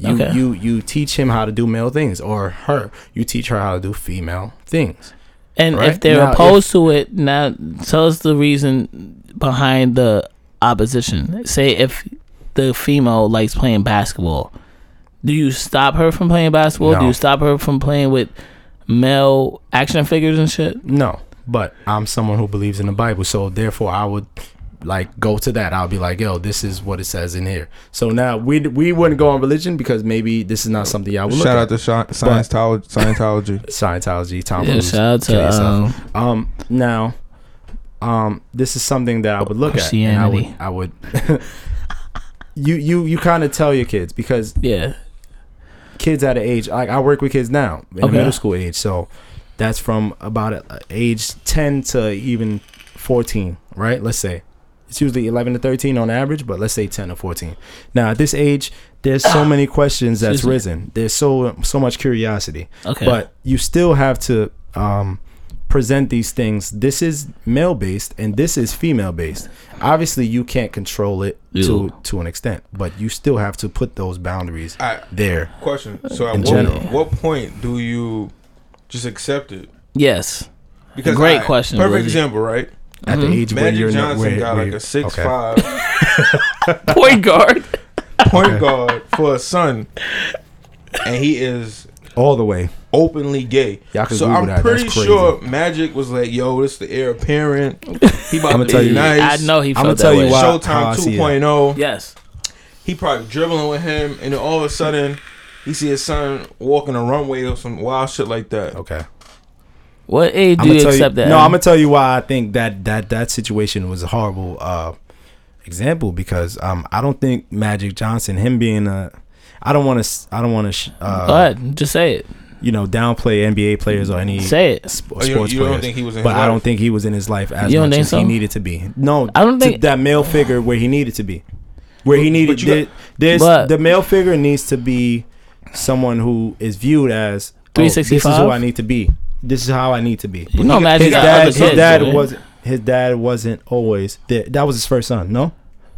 C: You
B: Okay.
C: you you teach him how to do male things, or her. You teach her how to do female things.
B: And
C: right?
B: if they're
C: Now, if-
B: opposed to it, now tell us the reason behind the opposition. Say if the female likes playing basketball, do you stop her from playing basketball? Do
C: No.
B: you stop her from playing with male action figures and shit?
C: No, but I'm someone who believes in the Bible, so therefore I would like go to that. I'll be like, yo, this is what it says in here. So now we we wouldn't go on religion because maybe this is not something y'all would look
D: Shout
C: at.
D: out to Sci- Scientology. Scientology.
C: Scientology, Tom
B: Yeah,
C: Cruise,
B: shout out
C: kill
B: to
C: yourself.
B: um,
C: Um, now, um, this is something that I would look at. and
B: Christianity.
C: I would. I would you you you kind of tell your kids because
B: yeah.
C: kids at an age like I work with kids now in the
B: Okay.
C: middle school age, so that's from about uh, age ten to even fourteen, right? Let's say it's usually eleven to thirteen on average, but let's say ten to fourteen. Now at this age, there's so many questions that's
B: Excuse me.
C: risen. There's so so much curiosity
B: Okay.
C: but you still have to um, present these things. This is male based and this is female based. Obviously, you can't control it
B: Ew.
C: to to an extent, but you still have to put those boundaries
D: I,
C: there.
D: question. So at
C: In
D: what,
C: general.
D: what point do you just accept it?
B: yes. Great
D: I-
B: question,
D: Perfect
B: Lizzie.
D: example, right?
C: At the age where
D: Magic
C: you're
D: Johnson
C: not where,
D: got
C: where
D: like
C: you-
D: a six
C: okay.
D: five
B: Point guard.
D: point guard for a son, and he is
C: all the way.
D: openly gay.
C: Y'all can
D: so
C: Google
D: I'm
C: that. That's
D: pretty
C: crazy.
D: sure Magic was like, "Yo, this the heir apparent. He about
C: I'ma
D: to
C: tell
D: be
C: you-
D: nice.
B: I know he felt
C: I'ma
B: that
C: tell you
B: way.
C: why- how I
D: Showtime
C: see it.
D: 2.0.
B: Yes.
D: He probably dribbling with him, and then all of a sudden." He see his son walking a runway or some wild shit like that.
C: Okay.
B: What age do
C: I'ma
B: you
C: tell
B: accept that?
C: No,
B: Adam?
C: I'm gonna tell you why I think that that that situation was a horrible uh, example because um, I don't think Magic Johnson, him being a, I don't want to, I don't want to, uh,
B: Go ahead. Just say it.
C: you know, downplay NBA players or any
B: Say it.
C: sp-
D: Oh, you-
C: sports
D: you don't
C: players.
D: think he was in
C: but
D: his
C: I
D: life?
C: don't think he was in his life as
B: You don't
C: much
B: think
C: as
B: so?
C: he needed to be. No,
B: I don't
C: to
B: think-
C: that male figure where he needed to be, where he needed
D: you got-
C: there- there's
B: But-
C: the male figure needs to be someone who is viewed as oh, This is
B: 365?
C: who I need to be. This is how I need to be.
B: You know, Magic
C: His
B: got
C: dad,
B: other
C: his
B: kids,
C: dad
B: right?
C: was his dad wasn't always there. That was his first son. No,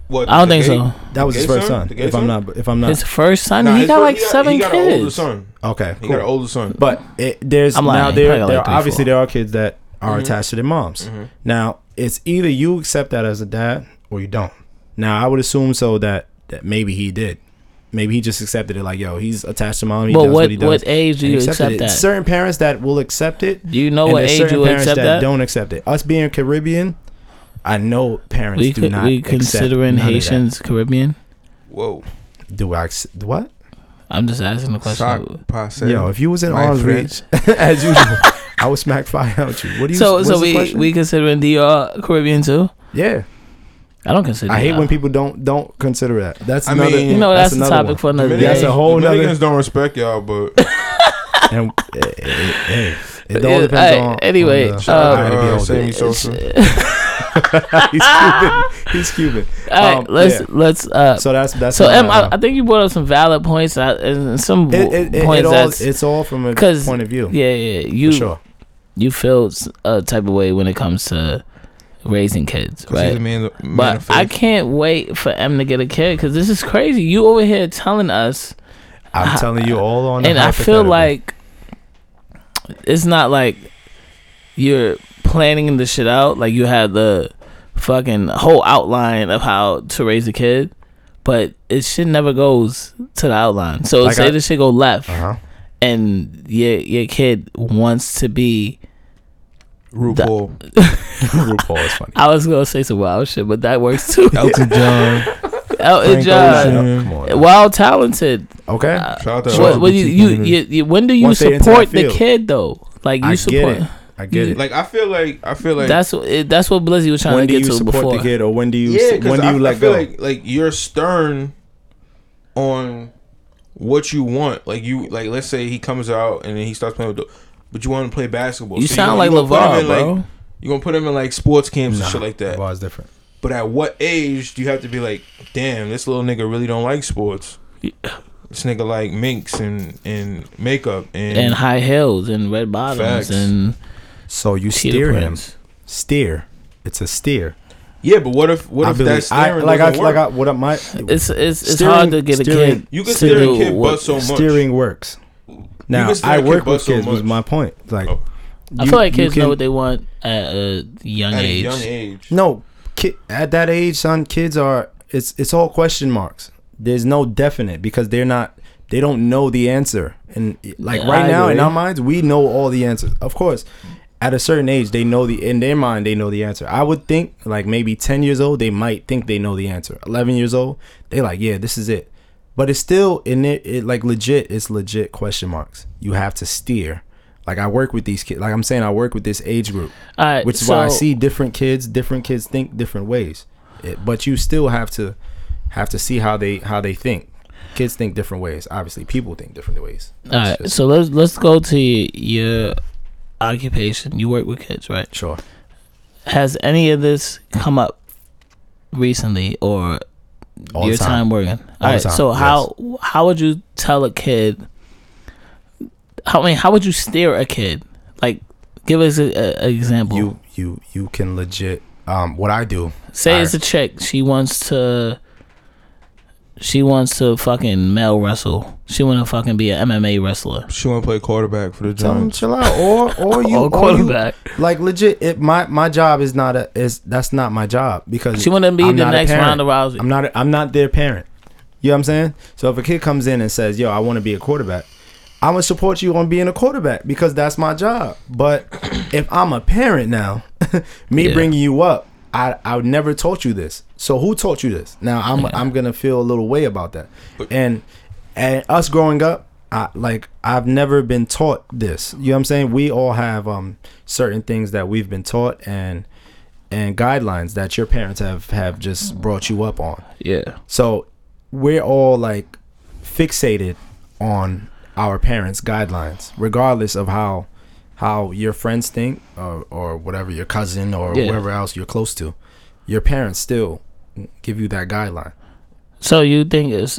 D: What,
B: I don't
D: the
B: think
D: gay-
B: so.
C: that was
D: The
C: his
D: gay
C: first
D: son?
C: son.
D: The gay
C: If I'm
D: son?
C: not, if I'm not,
B: His first son,
D: Nah,
B: he
D: his
B: got
D: son-
B: like
D: he got-
B: seven
D: he got An older
B: kids.
D: son.
C: okay,
D: He got an older son.
C: But it, there's
B: I'm
C: now
B: lying.
C: there,
B: Probably like
C: there
B: three,
C: obviously
B: four.
C: there are kids that are attached to their moms. Now it's either you accept that as a dad or you don't. Now I would assume so that that maybe he did. Maybe he just accepted it like yo, he's attached to mom. He
B: But
C: does what,
B: what-
C: he does.
B: what age do
C: and
B: you
C: accepted
B: accept
C: it.
B: that?
C: Certain parents that will accept it.
B: Do you know
C: and
B: what
C: there's
B: age
C: certain
B: you
C: parents
B: accept that?
C: Don't accept it. Us being Caribbean, I know parents
B: We
C: do
B: could,
C: not.
B: we
C: accept
B: considering
C: none of that.
B: Haitians Caribbean.
D: Whoa.
C: Do I accept what?
B: I'm just asking the question.
D: Sock passe.
C: Yo, if you was in
D: My
C: arms
D: friend.
C: reach as usual, I would smack fire out you. What do you?
B: so
C: what's
B: so
C: the
B: we
C: question?
B: we considering DR Caribbean too.
C: yeah.
B: I don't consider.
C: I hate
B: that.
C: when people don't don't consider that. That's
D: I
C: another.
D: mean-
B: You know that's, the
C: another
B: topic
C: one.
B: for another
D: Dominicans-
C: That's
B: day.
C: a whole nother-
D: Dominicans don't respect y'all, but
C: And eh, eh, eh, it
B: Yeah,
C: all depends
B: alright,
C: on.
B: anyway,
C: on the-
B: um,
C: I gotta be
D: uh,
C: old.
D: Sammy Sosa.
C: he's Cuban. He's Cuban.
B: All right,
C: Um,
B: let's
C: yeah.
B: let's. Uh, so
C: So that's that's.
B: Em, I,
C: uh,
B: I think you brought up some valid points uh, and and some
C: it, it, it, it
B: points
C: all,
B: that's
C: it's all from a
B: 'cause-
C: point of view.
B: yeah yeah you
C: for sure.
B: you feel s- a type of way when it comes to raising kids, right? But I can't wait for M to get a kid because this is crazy. You over here telling us,
C: I'm telling you all on. the
B: and I feel
C: hypothetical.
B: like it's not like you're planning the shit out. Like you have the fucking whole outline of how to raise a kid, but it shit never goes to the outline. So
C: Like
B: say
C: I-
B: the shit go left,
C: Uh-huh.
B: and your your kid wants to be
C: RuPaul. RuPaul is funny.
B: I was gonna say some wild shit, but that works too.
E: Elton John.
B: Elton
E: Frank
B: John,
E: Ocean.
C: Come on.
B: wild talented.
C: Okay.
D: Shout out to
E: Sure.
B: What,
D: her.
B: what you, you,
E: Mhm.
B: you, you- when do you
C: Once they into
B: support
C: that
B: the
C: field.
B: kid though? Like you
C: I
B: support.
C: get it. I get it.
D: Like I feel like I feel like
B: That's what- it, that's what Blizzy was trying
C: when
B: to
C: do
B: get
C: you
B: to
C: support
B: before.
C: the kid or when do you
D: yeah. 'cause
C: when do
D: I,
C: you
D: I
C: let
D: feel
C: go?
D: like like you're stern on what you want. Like you like let's say he comes out and then he starts playing with. The, but you want him to play basketball.
B: You
D: So
B: sound
D: gonna-
B: like
D: you gonna put him
B: LeVar,
D: in,
B: bro.
D: Like, you're gonna put him in like sports camps and shit like that.
C: Well, it's different.
D: But at what age do you have to be like, damn, this little nigga really don't like sports? This nigga like minks and and makeup and,
B: and high heels and red bottoms
D: Facts.
B: and
C: So you
B: cheetah
C: steer him.
B: prints.
C: Steer. It's a steer.
D: yeah. But what if what
C: I
D: if
C: believe-
D: that
C: I,
D: staring
C: like I
D: doesn't work?
C: like I, what I, my
B: It's it's it's
C: Steering-
B: hard to get a
C: steering-
B: kid.
D: you can
B: to
D: steer a
B: do
D: kid
B: what-
D: but so much.
C: steering works. Now
D: can steer
C: I
D: a kid
C: work
D: but
C: with
D: so
C: kids was
D: much.
C: my point. Like
D: Oh.
B: I
C: you-
B: feel like
C: you
B: kids
C: can-
B: know what they want at a young
D: at
B: age.
D: a young age.
C: No, ki- at that age, son, kids are it's it's all question marks. There's no definite because they're not they don't know the answer. And like
B: Yeah,
C: right
B: I
C: now in
B: agree.
C: our minds, we know all the answers. Of course, at a certain age, they know the in their mind they know the answer. I would think like maybe 10 years old, they might think they know the answer. 11 years old, they like, yeah, this is it. But it's still in it, it like legit, it's legit question marks. You have to steer. Like I work with these kids. Like I'm saying, I work with this age group
B: All right,
C: which is
B: so
C: why I see different kids. Different kids think different ways, It- but you still have to have to see how they how they think. Kids think different ways. Obviously, people think different ways.
B: All right, so let's let's go to your occupation. You work with kids, right?
C: Sure.
B: Has any of this come up recently or
C: All the
B: your
C: time.
B: time. working? All
C: the
B: right,
C: time,
B: so how how would you tell a kid? How I mean, how would you steer a kid? Like, give us an example.
C: You you you can legit. Um, what I do.
B: Say
C: All
B: it's a chick. She wants to. She wants to fucking male wrestle. She want to fucking be an MMA wrestler.
D: She want to play quarterback for the
C: Tell them
D: Giants.
C: chill out, or or you
B: or
C: or you-
B: quarterback.
C: like legit, it, my my job is not a is that's not my job because
B: She wanna be
C: I'm
B: the
C: not a
B: next
C: parent.
B: Ronda Rousey.
C: I'm not a, I'm not their parent. You know what I'm saying? So if a kid comes in and says, "Yo, I want to be a quarterback," I'm gonna support you on being a quarterback because that's my job. But if I'm a parent now, me
B: Yeah.
C: bringing you up, I I never taught you this. So who taught you this? Now I'm I'm gonna feel a little way about that. and and us growing up, I like I've never been taught this. You know what I'm saying? We all have um certain things that we've been taught and and guidelines that your parents have have just brought you up on.
B: Yeah.
C: So we're all like fixated on our parents' guidelines, regardless of how how your friends think or, or whatever your cousin or
B: Yeah.
C: whoever else you're close to. Your parents still give you that guideline.
B: So you think it's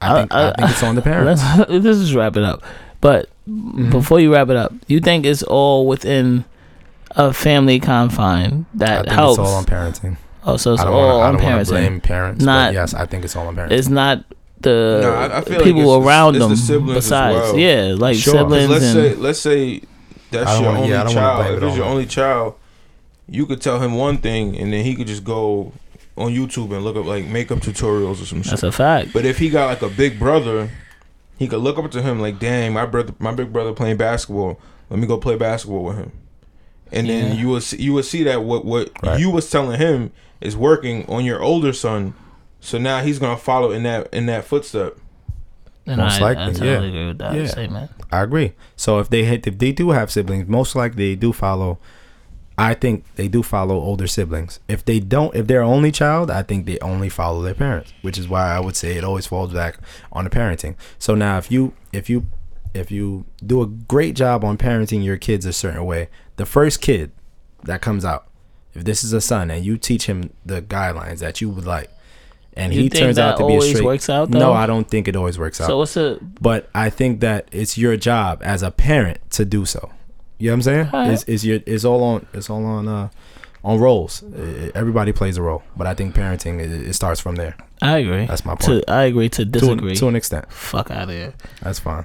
C: I think, I,
B: I-
C: think it's on the parents.
B: let's this is wrap it up. But
C: Mm-hmm.
B: before you wrap it up, you think it's all within a family confine
C: I
B: that
C: think
B: helps.
C: it's all on parenting.
B: oh, so it's
C: I don't
B: all on
C: want to
B: parents.
C: blame parents.
B: Not-
C: but yes, I think it's all on parents.
B: It's not the
D: No, I- I feel like
B: people
D: it's the-
B: around
D: it's the
B: them.
D: siblings as
B: besides,
D: well.
B: yeah, like
C: Sure. 'Cause
B: siblings
D: Let's
B: and
D: say let's say that's
C: I don't
D: your
C: wanna-
D: only
C: yeah, I don't wanna blame
D: child. If
C: it
D: it's
C: on
D: your
C: them.
D: only child, you could tell him one thing and then he could just go on YouTube and look up like makeup tutorials or some shit.
B: that's a fact.
D: But if he got like a big brother, he could look up to him like, "Dang, my brother, my big brother playing basketball. Let me go play basketball with him." And
B: Yeah.
D: then you will see, you will see that what what
C: Right.
D: you was telling him is working on your older son. So now he's gonna follow in that in that footstep.
B: And
C: Most
B: I, I
C: likely,
B: totally
C: yeah.
B: agree with that
C: Yeah.
B: statement.
C: I agree. So if they hit, if they do have siblings, most likely they do follow. I think they do follow older siblings. If they don't, if they're only child, I think they only follow their parents, which is why I would say it always falls back on the parenting. So now, if you, if you, if you do a great job on parenting your kids a certain way, the first kid that comes out, if this is a son, and you teach him the guidelines that you would like, and
B: You
C: he
B: think
C: turns out
B: that
C: to be a
B: always
C: straight.
B: works out, though?
C: no, I don't think it always works out
B: So what's the
C: but I think that it's your job as a parent to do so. You know what I'm saying?
B: Alright.
C: It's, it's your it's all on it's all on uh on roles. Uh, Everybody plays a role, but I think parenting it, it starts from there
B: I agree.
C: That's my
B: To, I agree to
C: to
B: disagree.
C: an, to an extent.
B: Fuck out of here.
C: That's fine.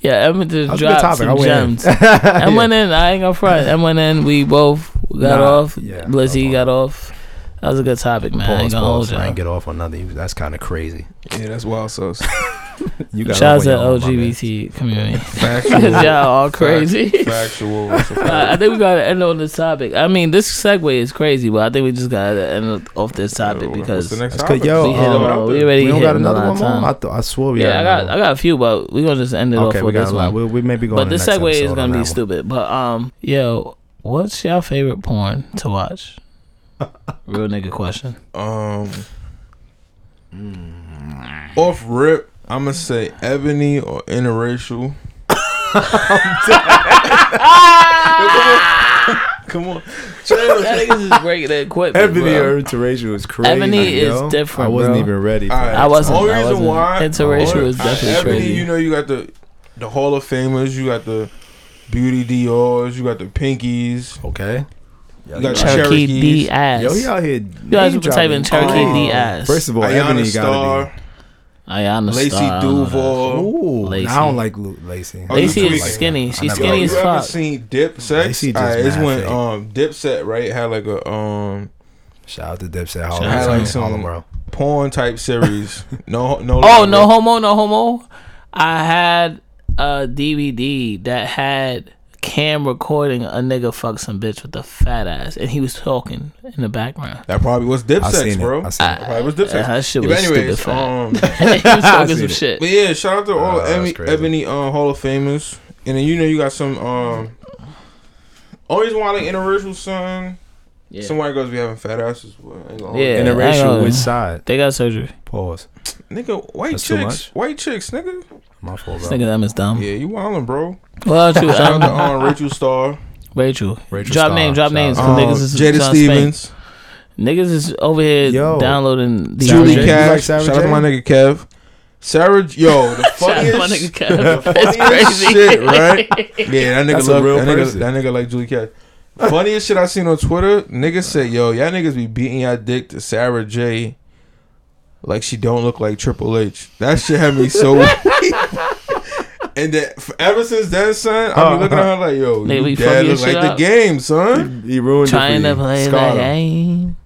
B: Yeah, Emma just
C: That's a good
B: dropped
C: topic. I
B: some
C: went in.
B: gems. Emma went in. I ain't gonna front. Emma went in. We both got
C: Nah,
B: off.
C: yeah,
B: Blizzy
C: okay.
B: got off. That was a good topic, man. I ain't
C: Pause,
B: gonna
C: pause.
B: hold
C: I ain't
B: you.
C: get off on nothing. That's kind of crazy.
D: Yeah, that's wild sauce.
C: You got
B: Shout out to LGBT community.
D: Factual.
B: Y'all all crazy.
D: Factual.
B: I I think we gotta end on this topic. I mean, this segue is crazy, but I think we just gotta end off this topic because
D: What's the next
C: That's 'cause,
D: topic?
C: yo,
B: we, hit
C: um,
B: them all. we already
C: We don't
B: hit
C: got
B: them a lot
C: another one.
B: of
C: Mom? I,
B: time.
C: th- I swore we
B: Yeah, I
C: got.
B: got I got a few, but we are gonna just end it
C: Okay,
B: off
C: we
B: with
C: got
B: this
C: a lot.
B: one.
C: We, we may be going.
B: but
C: to
B: this
C: the next
B: segue is
C: episode on
B: gonna
C: that
B: be
C: one.
B: stupid. But um, yo, what's your favorite porn to watch? Real nigga question.
D: Um,
C: Mm.
D: off rip, I'm gonna say ebony or interracial. Come on,
B: that nigga's just breaking the equipment.
C: Ebony
B: bro.
C: or interracial is crazy.
B: Ebony is
C: yo.
B: different,
C: I wasn't
B: bro.
C: even ready. For
D: All right.
C: that.
B: I wasn't-
D: Only
B: I
D: reason
B: wasn't.
D: why
B: Interracial
D: only-
B: is definitely
D: I- ebony,
B: crazy.
D: You know, you got the the Hall of Famers, you got the Beauty Dior's, you got the Pinkies,
C: Okay.
D: you got the
B: Cherokee D
D: Cherokees,
B: ass.
C: Yo, he out here.
B: guys would type in Cherokee
D: Oh.
B: D ass.
C: First of all,
D: Ayana
C: Ebony got
D: Star,
B: Ayana
D: Lacey
B: Starr, I don't know that.
C: to be.
D: Duval.
C: Ooh,
B: Lacey.
C: I don't like Lu- Lacey.
D: Oh, you
B: Lacey is
D: tweaking.
B: skinny. She's
C: never
B: skinny
D: Yo,
B: as
D: you ever
B: fuck.
D: seen Dip
C: They
D: Sex?
C: see just
D: Alright, it's
C: mad
D: when
C: fake.
D: um Dip Set right had like a um
C: Shout out to Dipset
B: out
D: had
C: Harlem,
D: like
C: Harlem,
D: some
C: Harlem, bro.
D: porn type series. no, no.
B: Oh
D: like,
B: no homo, no homo. I had a DVD that had Cam recording a nigga fuck some bitch with a fat ass, and he was talking in the background.
D: That probably was Dip
C: I
D: Sex,
C: seen
D: bro.
C: it. I seen
B: I-
C: it.
D: That probably was Dip Sex.
B: that shit
D: But
B: was stupid fat.
D: um,
B: he was
C: I
B: talking
C: seen
B: some
C: it.
B: shit.
D: but yeah, shout out to all
C: Oh, that's
D: Ebony,
C: crazy.
D: Ebony um, Hall of Famers, and then you know you got some um. Always want like interracial son.
B: Yeah.
D: Some white girls be having fat asses. Boy. I ain't gonna hold
B: Yeah.
D: you.
B: I know.
C: Interracial, which side?
B: They got surgery.
C: Pause.
D: nigga, white
C: That's too
D: chicks, white chicks, nigga.
C: My fault,
B: This
C: bro.
B: nigga them is dumb.
D: Yeah, you wildin', bro.
B: What about you,
D: Shout out to
B: um,
D: um, Rachel Starr,
B: Rachel?
C: Rachel
B: drop
C: Starr.
B: name, drop
C: Shout
B: names.
C: out.
B: 'cause
D: um,
B: niggas is
D: Jada
B: tryna spank.
D: Stevens,
B: Niggas is over here
C: Yo.
B: downloading the
D: Julie
C: J. You
D: Cash.
C: like Sarah
D: shout out to
C: J?
D: my nigga Kev. Sarah, J- yo, the
B: Shout out to my
D: funniest,
B: nigga Kev.
D: the
B: That's
D: funniest
B: crazy.
D: shit, right? Yeah, that nigga
C: That's a
D: love
C: real
D: that nigga,
C: person.
D: that nigga like Julie Cash. Funniest shit I seen on Twitter, niggas said, yo, y'all niggas be beating y'all dick to Sarah J. Like she don't look like Triple H. That shit had me so. and then f- ever since then, son, I
C: Uh-huh.
D: be looking at her like, yo,
B: Nigga, we
D: you
B: fuck
D: dad
B: your
D: look
B: shit
D: like
B: up.
D: the game, son.
C: He ruined
B: Trying
C: it
B: to
C: for you.
B: play
C: Scarred
B: the
C: him.
B: game.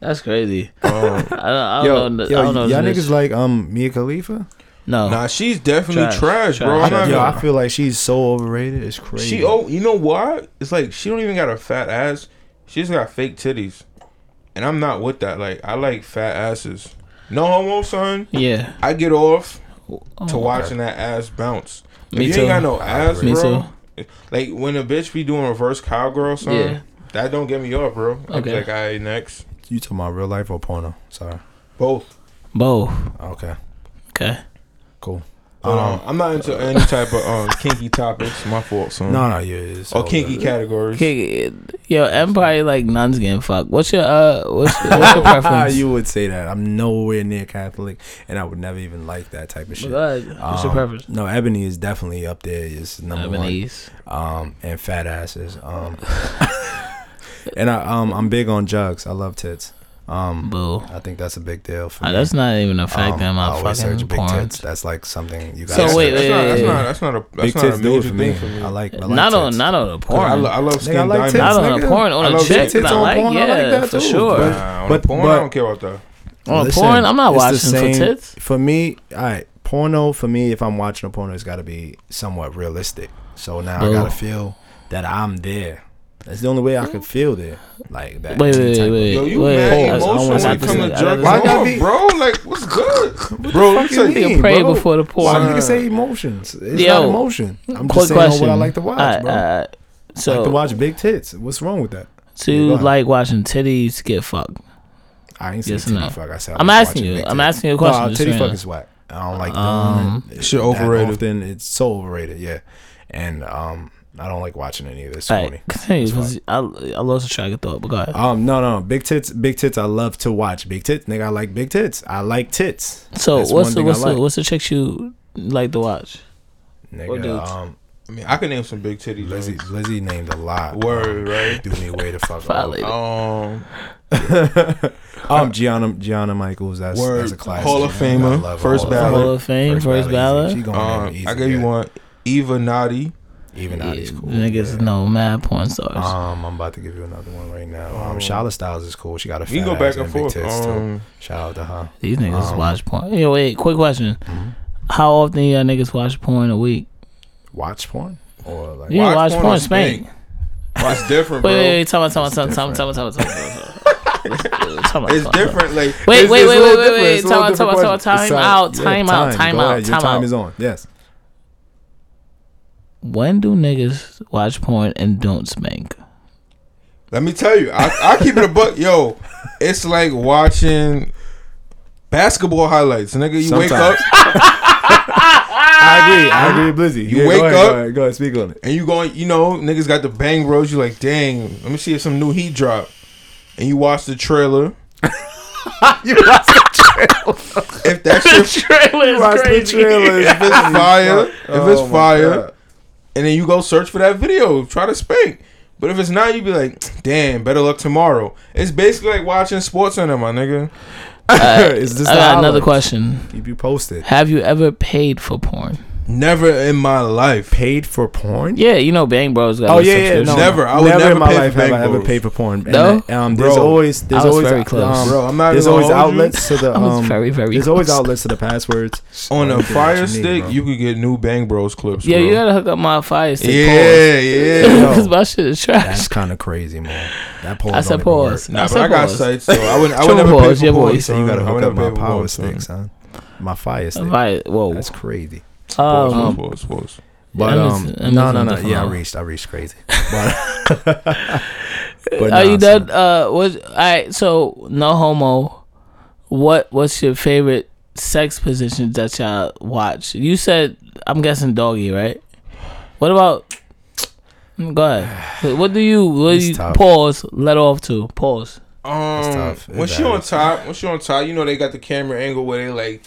B: That's crazy.
D: Um,
B: I don't, I don't
C: Yo,
B: know.
C: yo,
B: I don't know.
C: y'all
B: this
C: niggas
B: bitch.
C: like um Mia Khalifa?
B: no.
D: nah, she's definitely
B: Trash,
D: trash, bro.
B: trash.
D: I'm not
C: Yo,
D: gonna-
C: I feel like she's so overrated. It's crazy.
D: She oh, you know why? It's like she don't even got a fat ass. She just got fake titties, and I'm not with that. Like I like fat asses. No homo, son.
B: yeah.
D: I get off to
B: Oh,
D: watching that ass bounce. If
B: Me
D: you
B: too.
D: ain't got no ass,
B: Me
D: bro. Like when a bitch be doing reverse cowgirl, son.
B: Yeah.
D: That don't get me off, bro. i be
B: Okay.
D: like, all right, next.
C: You talking about real life or porno? Sorry.
D: Both.
B: Both.
C: Okay.
B: Okay.
C: Cool.
D: But, um, I'm not
C: uh,
D: into any type of um, kinky topics. My fault, son.
C: No, no, yeah, it's
D: Or
C: all
D: Oh, kinky
C: good.
D: categories.
B: Okay. Yo, Empire like nuns getting fucked. What's your uh? What's, what's your preference?
C: you would say that. I'm nowhere near Catholic, and I would never even like that type of shit.
B: Go ahead. What's your
C: Um,
B: preference?
C: No, ebony is definitely up there. It's number one.
B: Lebanese.
C: Um, and fat asses. Um, and I um, I'm big on jugs. I love tits. Um,
B: Boo.
C: I think that's a big deal for
B: Uh,
C: me.
B: that's not even a fact
C: Um,
B: that
C: I
B: my
C: always
B: fucking
C: search big
B: porn.
C: tits. That's like something you guys.
B: So
D: That's-
B: wait,
D: that's
B: wait,
D: not- that's
B: wait,
D: not-
B: wait.
D: That's not a
C: big
D: that's not a
C: tits do it
D: major
C: for me.
D: thing for me.
C: I like. I like
B: Not on
C: tits.
B: not on a
D: Oh, I,
B: porn.
D: lo- I love skin
C: Nigga, I like
D: diamonds.
C: tits,
B: Not on a
C: nigga.
B: porn. On
D: I
B: a
D: love
B: chick.
D: tits
B: that I
C: on
B: like,
C: porn, I
B: yeah,
C: like that
B: for
C: too,
B: sure.
C: but-
D: Nah, on
C: But-
D: a porn,
C: but-
D: I don't care about that.
B: on a
C: Listen,
B: Oh, porn, I'm not
C: it's the
B: watching for
C: same-
B: tits.
C: For me, all right, porno for me, if I'm watching a porno, it's got to be somewhat realistic. So now
B: Boo.
C: I gotta feel that I'm there. That's the only way I can feel there, like that.
B: Wait,
C: any
B: wait,
C: type
B: wait,
C: of-
B: wait.
D: Yo, you
B: wait,
D: mad
B: wait.
C: I
D: emotional
C: don't
D: when
C: wanna
D: it
C: say
D: comes to
C: that.
D: jerking
C: Why gotta
D: off,
C: be-
D: bro. Like, what's good, bro?
C: Fuck
D: It's
C: you
D: like,
C: mean,
B: You pray
C: bro?
B: before the
C: Why
B: porn.
C: you can say emotions? It's
B: Yo,
C: not emotion. I'm
B: Quick
C: just saying
B: question.
C: what I like to watch,
B: Alright,
C: bro.
B: alright.
C: I
B: So
C: like to watch big tits. What's wrong with that?
B: So
C: Yeah, go
B: you
C: ahead.
B: like watching titties get fucked?
C: I ain't seen
B: Yes or
C: titty
B: no?
C: fuck. I said I
B: I'm
C: was
B: asking
C: watching
B: you.
C: big
B: I'm
C: titties.
B: asking you a question.
C: No,
B: just
C: titty
B: so you
C: fuck
B: know.
C: is whack. I don't like
B: Um,
C: doing it.
D: Shit
C: that
D: overrated.
C: Often it's so overrated. Yeah, and um, I don't like watching it either. It's
B: All
C: corny.
B: right, continue.
C: It's
B: 'cause I, I lost a track of thought, but go ahead.
C: Um, no, no, big tits, big tits. I love to watch big tits, nigga. I like big tits. I like tits,
B: So
C: that's one
B: what's the
C: thing I
B: what's the
C: like. Oh,
B: what's the chicks you like to watch? Or
C: nigga.
B: dudes.
C: Um,
D: I mean, I can name some big titties.
C: Lizzie,
D: Lizzie.
C: Lizzie named a lot. um,
D: Word, right?
C: Do me way to fuck
B: Probably.
C: up.
D: Um,
C: Um, Gianna, Gianna Michaels. That's
D: Word.
C: that's a classic.
D: Hall of
C: man. I
D: Famer,
C: love
D: first
C: Hall of
D: ballot.
B: Hall
C: Famer.
B: of Fame, first
C: easy. She
B: ballot.
C: gonna name
D: um,
C: it easy,
D: I gave you
C: yeah.
D: one. Eva Nadi.
C: Even
B: Yeah,
C: out is cool.
B: Niggas know mad porn stars.
C: Um, I'm about to give you another one right now. Um,
D: Um,
C: Charlotte Styles is cool. She got a
D: We
C: fat
D: can go back
C: ass
D: and
C: big
D: forth.
C: tits too.
D: Um,
C: Shout out to her.
B: These niggas
C: um, Mm-hmm.
B: watch porn. Hey, wait, quick question. how often y'all niggas watch porn a week?
C: Watch porn or like
B: You don't
D: Watch
B: watch
D: porn
B: porn,
D: or
B: in Spain.
D: spank, That's different,
B: Wait,
D: bro.
B: wait, wait, time out, time out, time out, time out, time out, time out, time out, time out, time out.
D: It's different. Like
B: Wait,
C: It's-
B: wait,
C: it's a
B: wait,
C: little
B: wait, wait,
C: different.
B: wait.
C: It's a little
B: Time out, time out, time out,
C: different question.
B: time out,
C: It's not-
B: time
C: yeah,
B: out, time
C: Go
B: out,
C: ahead. Your
B: time
C: time is
B: out.
C: on. Yes.
B: When do niggas watch porn and don't spank?
D: Let me tell you, I, I keep it a buck. Yo, it's like watching basketball highlights, nigga. You wake up
C: Sometimes.
B: Ah!
C: I agree. I agree, Blizzy.
D: You
C: Yeah, go
D: wake
C: ahead,
D: up-
C: Go ahead, go ahead, speak on it.
D: and you going, you know, niggas got the bang bros. You like, dang, let me see if some new heat drop. And you watch the trailer.
C: You watch
D: If that shit
B: Trailer
C: the trailer.
D: if it's fire, if it's
C: Oh my
D: fire,
C: God.
D: and then you go search for that video, try to spank. But if it's not, you be like, damn, better luck tomorrow. It's basically like watching Sports Center, my nigga.
C: Is this
B: I
C: the
B: got another
C: highlight?
B: question.
C: Keep you posted.
B: Have you ever paid for porn?
D: Never in my life.
C: Paid for porn?
B: Yeah, you know Bang Bros got
C: Oh
B: a
C: yeah, yeah,
B: subscription.
C: no,
D: Never. I would
C: never,
D: never
C: in my
D: pay for
C: life have I ever
D: bank
C: paid for porn. And,
B: No?
C: um, there's
D: Bro.
C: always there's
B: I was
C: always
B: very close.
C: um,
D: Bro, I'm not
C: there's
D: even
C: always
D: gonna hold you.
C: outlets to the
B: I was
C: um,
B: very, very
C: there's always
B: close.
C: outlets to the passwords
D: On
C: Oh, you get
D: a
C: what
D: Fire
C: you need,
D: Stick,
C: bro.
D: you could get new Bang Bros clips.
B: Yeah,
D: bro.
B: you gotta hook up my fire stick.
D: Yeah, yeah.
C: Yo.
B: Because my shit is trash.
C: That's kind of crazy, man. That porn
B: I said
C: don't even work.
B: pause. I
D: Nah, but I
B: said
D: got
B: pause.
D: sites, so I would, I
B: True
D: would never
B: pause,
D: pay
B: yeah,
D: for porn.
B: boy.
D: son.
C: So you gotta
D: I would
C: hook up
D: never
C: my
D: pay for porn,
C: power
D: son.
C: stick, son. My
B: Oh,
C: fire stick.
B: Fire, whoa.
C: That's crazy.
D: Pause,
B: Um,
D: pause, pause.
C: But
B: I'm
C: um,
B: just- I'm
C: no,
B: just
C: no,
B: on
C: no.
B: the
C: Yeah, I
B: phone.
C: reached. I reached crazy. But, but
B: Are
C: nah,
B: you
C: son.
B: done? Uh, was all right. So no homo. What What's your favorite sex positions that y'all watch? You said I'm guessing doggy, right? What about? mm, Go ahead. What- What do you? What do
C: It's
B: you
C: tough.
B: pause? Let off to pause.
D: Um,
C: tough. It's
D: when she
C: bad.
D: on top, when she on top, you know they got the camera angle where they like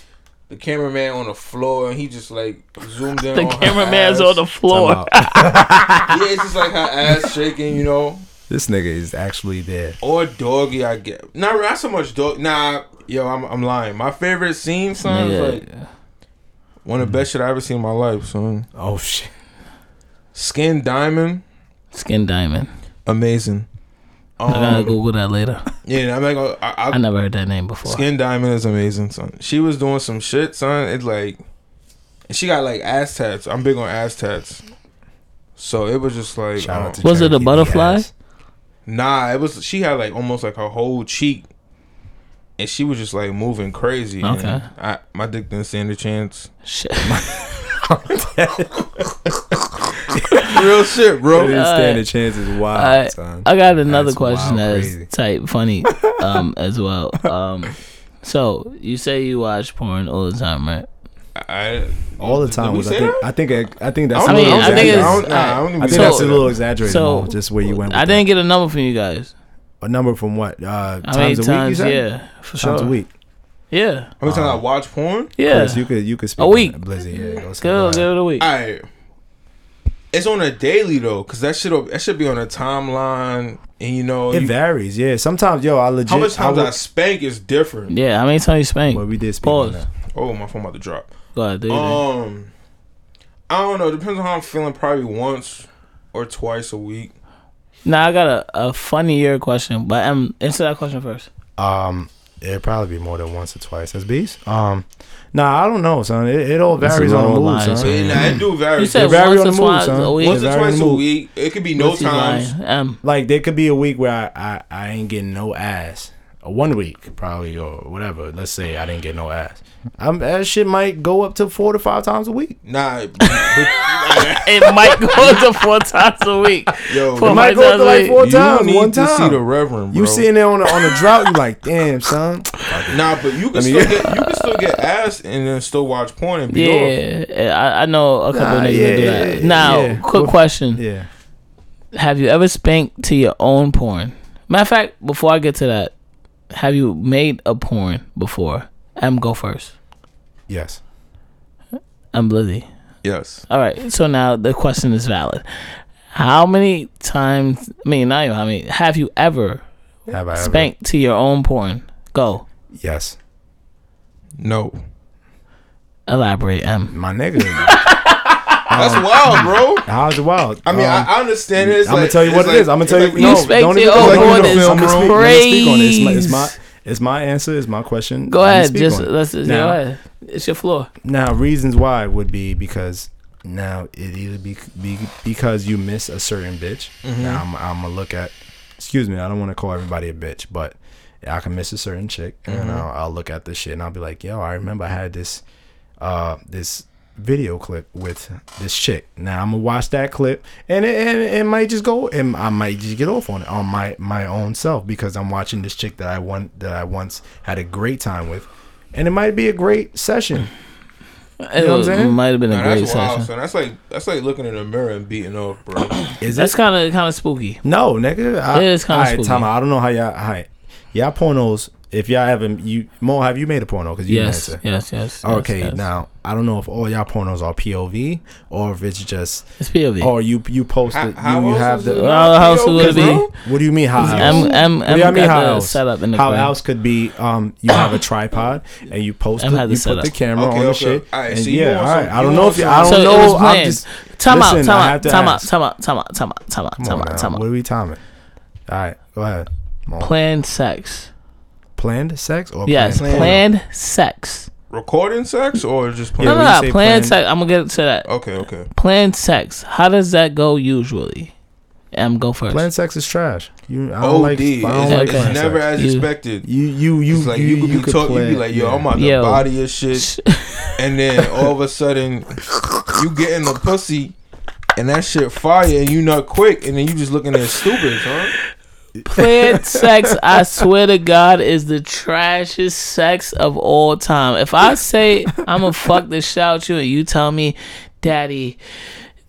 D: the cameraman on the floor and he just like zoomed in.
B: The
D: on her
B: cameraman's
D: ass.
B: on the floor.
C: Oh, Time out.
D: Yeah, it's just like her ass shaking, you know.
C: this nigga is actually there.
D: Or doggy, I get. Nah, not so much dog. Nah, yo, I'm I'm lying. My favorite scene, son, is like
B: Nigga,
D: one of the best shit I ever seen in my life, son.
C: Oh shit.
D: Skin Diamond,
B: skin diamond.
D: amazing.
B: I gotta
D: Um,
B: Google that later.
D: yeah, I'm like, I, I,
B: I never heard that name before.
D: Skin Diamond is amazing, son. She was doing some shit, son. It's like, and she got like ass tats. I'm big on ass tats, so it was just like,
C: Shout
D: um,
C: out to
B: Was it a
C: Cherokee
B: butterfly?
C: Diaz.
D: nah. It was she had like almost like her whole cheek, and she was just like moving crazy. and
B: Okay.
D: I, my dick didn't stand a chance.
B: Shit.
D: Real shit,
C: It
D: bro.
C: didn't
B: All right.
C: stand a chance. It's wild,
B: uh, I,
C: son.
B: I got another
C: That's
B: question
C: wild
B: that's
C: crazy.
B: type funny um, as well. Um, so you say you watch porn all the time, right?
D: I,
C: All the
D: Did
C: time
D: we
C: was
D: say
C: I think, I think I, I think that's
D: I
C: a
D: don't
B: mean,
C: little
D: know.
B: I think
C: exaggerated.
B: it's-
D: I don't, nah, I don't even
C: I think
D: so-
C: that's a little exaggerated.
B: So
C: Mo, just where you went. With
B: I
C: that.
B: didn't get a number from you guys.
C: a number from what uh,
B: How
C: times a
B: many
C: week. you
B: times?
C: said?
B: yeah, for sure.
C: times a week.
B: Yeah,
D: How many
C: uh,
D: times I watch porn?
B: yeah.
C: Chris, you could you could speak
B: A
C: on
B: week.
C: that, Blizzy. Yeah, go
B: Go,
C: ahead.
B: give it a week.
D: Alright. It's on a daily though, cause that should that should be on a timeline, and you know
C: It
D: you-
C: varies. Yeah, sometimes yo, I legit.
D: how much times
C: I
D: I,
C: would-
D: spank is different.
B: Yeah, how many times you spank?
C: Well, we Oh. did speak on
B: Pause.
C: that.
D: Oh, my phone about to drop.
B: Go ahead, do your thing.
D: Um, I don't know. Depends on how I'm feeling. Probably once or twice a week.
B: Now I got a, a funnier question, but um, answer that question first.
C: Um, it'd probably be more than once or twice. That's beast. Um, nah, I don't know, son. It, it all
B: That's a
C: varies on the
B: long
C: mood,
B: line,
C: son.
B: son.
D: Yeah, nah, it do vary.
B: Mm. You said
C: vary
B: once
C: on
B: or
C: the move,
B: twice
C: son.
B: a week.
D: once
C: it
D: or
C: vary
D: twice
C: on
D: a
C: the mood.
D: week. It could be no
B: Which is
D: times.
B: lying. Um,
C: Like there could be a week where I, I I ain't getting no ass. Uh, One week probably or whatever. Let's say I didn't get no ass. I'm that shit might go up to four to five times a week.
D: Nah, but- but-
B: it might go to four times a week.
D: yo,
B: For How
C: It
B: my-
D: you
B: many
C: might go
B: times
C: up to
B: a
C: like
B: week?
C: four times.
D: need
C: One
D: to see the
C: time.
D: reverend. Bro.
C: You sitting there on the on the drought? You like, damn son. Fuck it.
D: Nah, but you can still get you can still get ass and then still watch porn and be off.
B: Yeah, I, I know a couple
C: Nah,
B: of niggas
C: yeah,
B: that do
C: yeah,
B: that.
C: yeah,
B: now,
C: yeah.
B: quick
C: Well,
B: question:
C: Yeah.
B: Have you ever spanked to your own porn? Matter of fact, before I get to that, have you made a porn before? M, go first.
C: Yes.
B: I'm Blizzy.
D: Yes.
B: All right, so now the question is valid. How many times? I mean, not even how many. Have you ever
C: Have I ever?
B: spanked to your own porn? Go
C: Yes.
D: No.
B: elaborate, M.
C: My nigga.
D: That's wild, bro.
C: How's it wild?
D: I mean, I, I understand it. It's
C: I'm gonna
D: like-
C: tell you
D: it's
C: what
D: like-
C: it is. I'm gonna
D: it's
C: tell you.
D: like
B: You
D: no,
B: spank
C: don't
B: your
C: even-
B: own
C: don't even
D: daughter
C: film.
D: is
C: I'ma speak- I'ma speak on it. It's my, it's
B: crazy.
C: my, it's my answer. It's my question.
B: Go
C: Let me
B: ahead,
C: speak
B: just
C: on it.
B: let's go
C: Now,
B: ahead. It's your floor.
C: Now, reasons why would be because now it either be, be because you miss a certain bitch. Now I'm, I'm gonna look at. Excuse me, I don't want to call everybody a bitch, but I can miss a certain chick, and then I'll, I'll look at this shit and I'll be like, "Yo, I remember I had this, uh, this." video clip with this chick now i'm gonna watch that clip and it, and it might just go and i might just get off on it on my my own self because i'm watching this chick that i want that i once had a great time with and it might be a great session
B: it
C: know what I'm
B: was-
C: saying?
B: might have been a
D: Nah,
B: great
D: that's wild,
B: session.
D: son. That's like that's like looking in the mirror and beating off, bro.
B: That's
C: is this
B: kind of kind of spooky.
C: No, nigga. I,
B: It is kinda
C: alright,
B: spooky.
C: time out. I don't know how y'all. All right, y'all pornos. If y'all haven't, you Mo, have you made a porno? Because you
B: Yes,
C: answer.
B: yes, yes.
C: Okay,
B: yes, yes.
C: now I don't know if all y'all pornos are POV or if it's just
B: it's POV.
C: or you you post
D: How,
C: it.
D: how
C: you, you
D: else
C: have
D: is it
C: the.
D: not
B: Well, how else
D: POV,
B: would it be?
D: bro?
C: What do you mean how else?
B: Uh, M M
C: What do y'all
B: M
C: mean how
B: got the
C: else?
B: setup in the
C: how
B: crib.
C: else could be um you have a tripod and you post it,
B: Em had the
C: you put the
B: setup.
C: camera
D: Okay,
C: on the
D: okay.
C: shit.
D: Alright,
C: and
D: so you
C: yeah,
D: want
C: all right.
D: some-
C: I don't
D: you
C: know
D: want
C: if you,
D: some-
C: I don't
B: So it
C: know.
B: was
C: I'm
B: planned.
C: just
B: Time out,
C: Listen,
B: time
C: I have
B: out,
C: to
B: time out,
C: ask.
B: time out, time out, time out, time out,
C: Come
B: time
C: on
B: out,
C: now,
B: time
C: What
B: out.
C: are we timing? All right, go ahead. Mo.
B: Planned sex.
C: planned sex or
B: Yes,
C: planned
B: planned sex.
D: Recording sex or just
B: No,
D: playing?
C: when
B: no,
C: you
B: no,
C: say
B: planned
C: planned-
B: sex. I'm gonna get to that.
D: Okay, okay.
B: Planned sex. How does that go usually? Em, go first.
C: Planned sex is trash. You, I don't
D: OD.
C: like. I
D: it's
C: don't like
D: it's
B: Okay.
C: planned
D: never
C: sex.
D: as
B: You-
D: expected.
C: You you you
D: It's like
C: you,
D: you, could be
C: could
D: talking, you be
C: plan-
D: like, yo,
C: yeah.
D: I'm about
B: Yo.
D: to body your shit, and then all of a sudden you get in the pussy, and that shit fire, and you not quick, and then you just looking at stupid, huh?
B: Planned sex, I swear to God, is the trashiest sex of all time. If I say I'm gonna fuck this shit out you and you tell me, Daddy,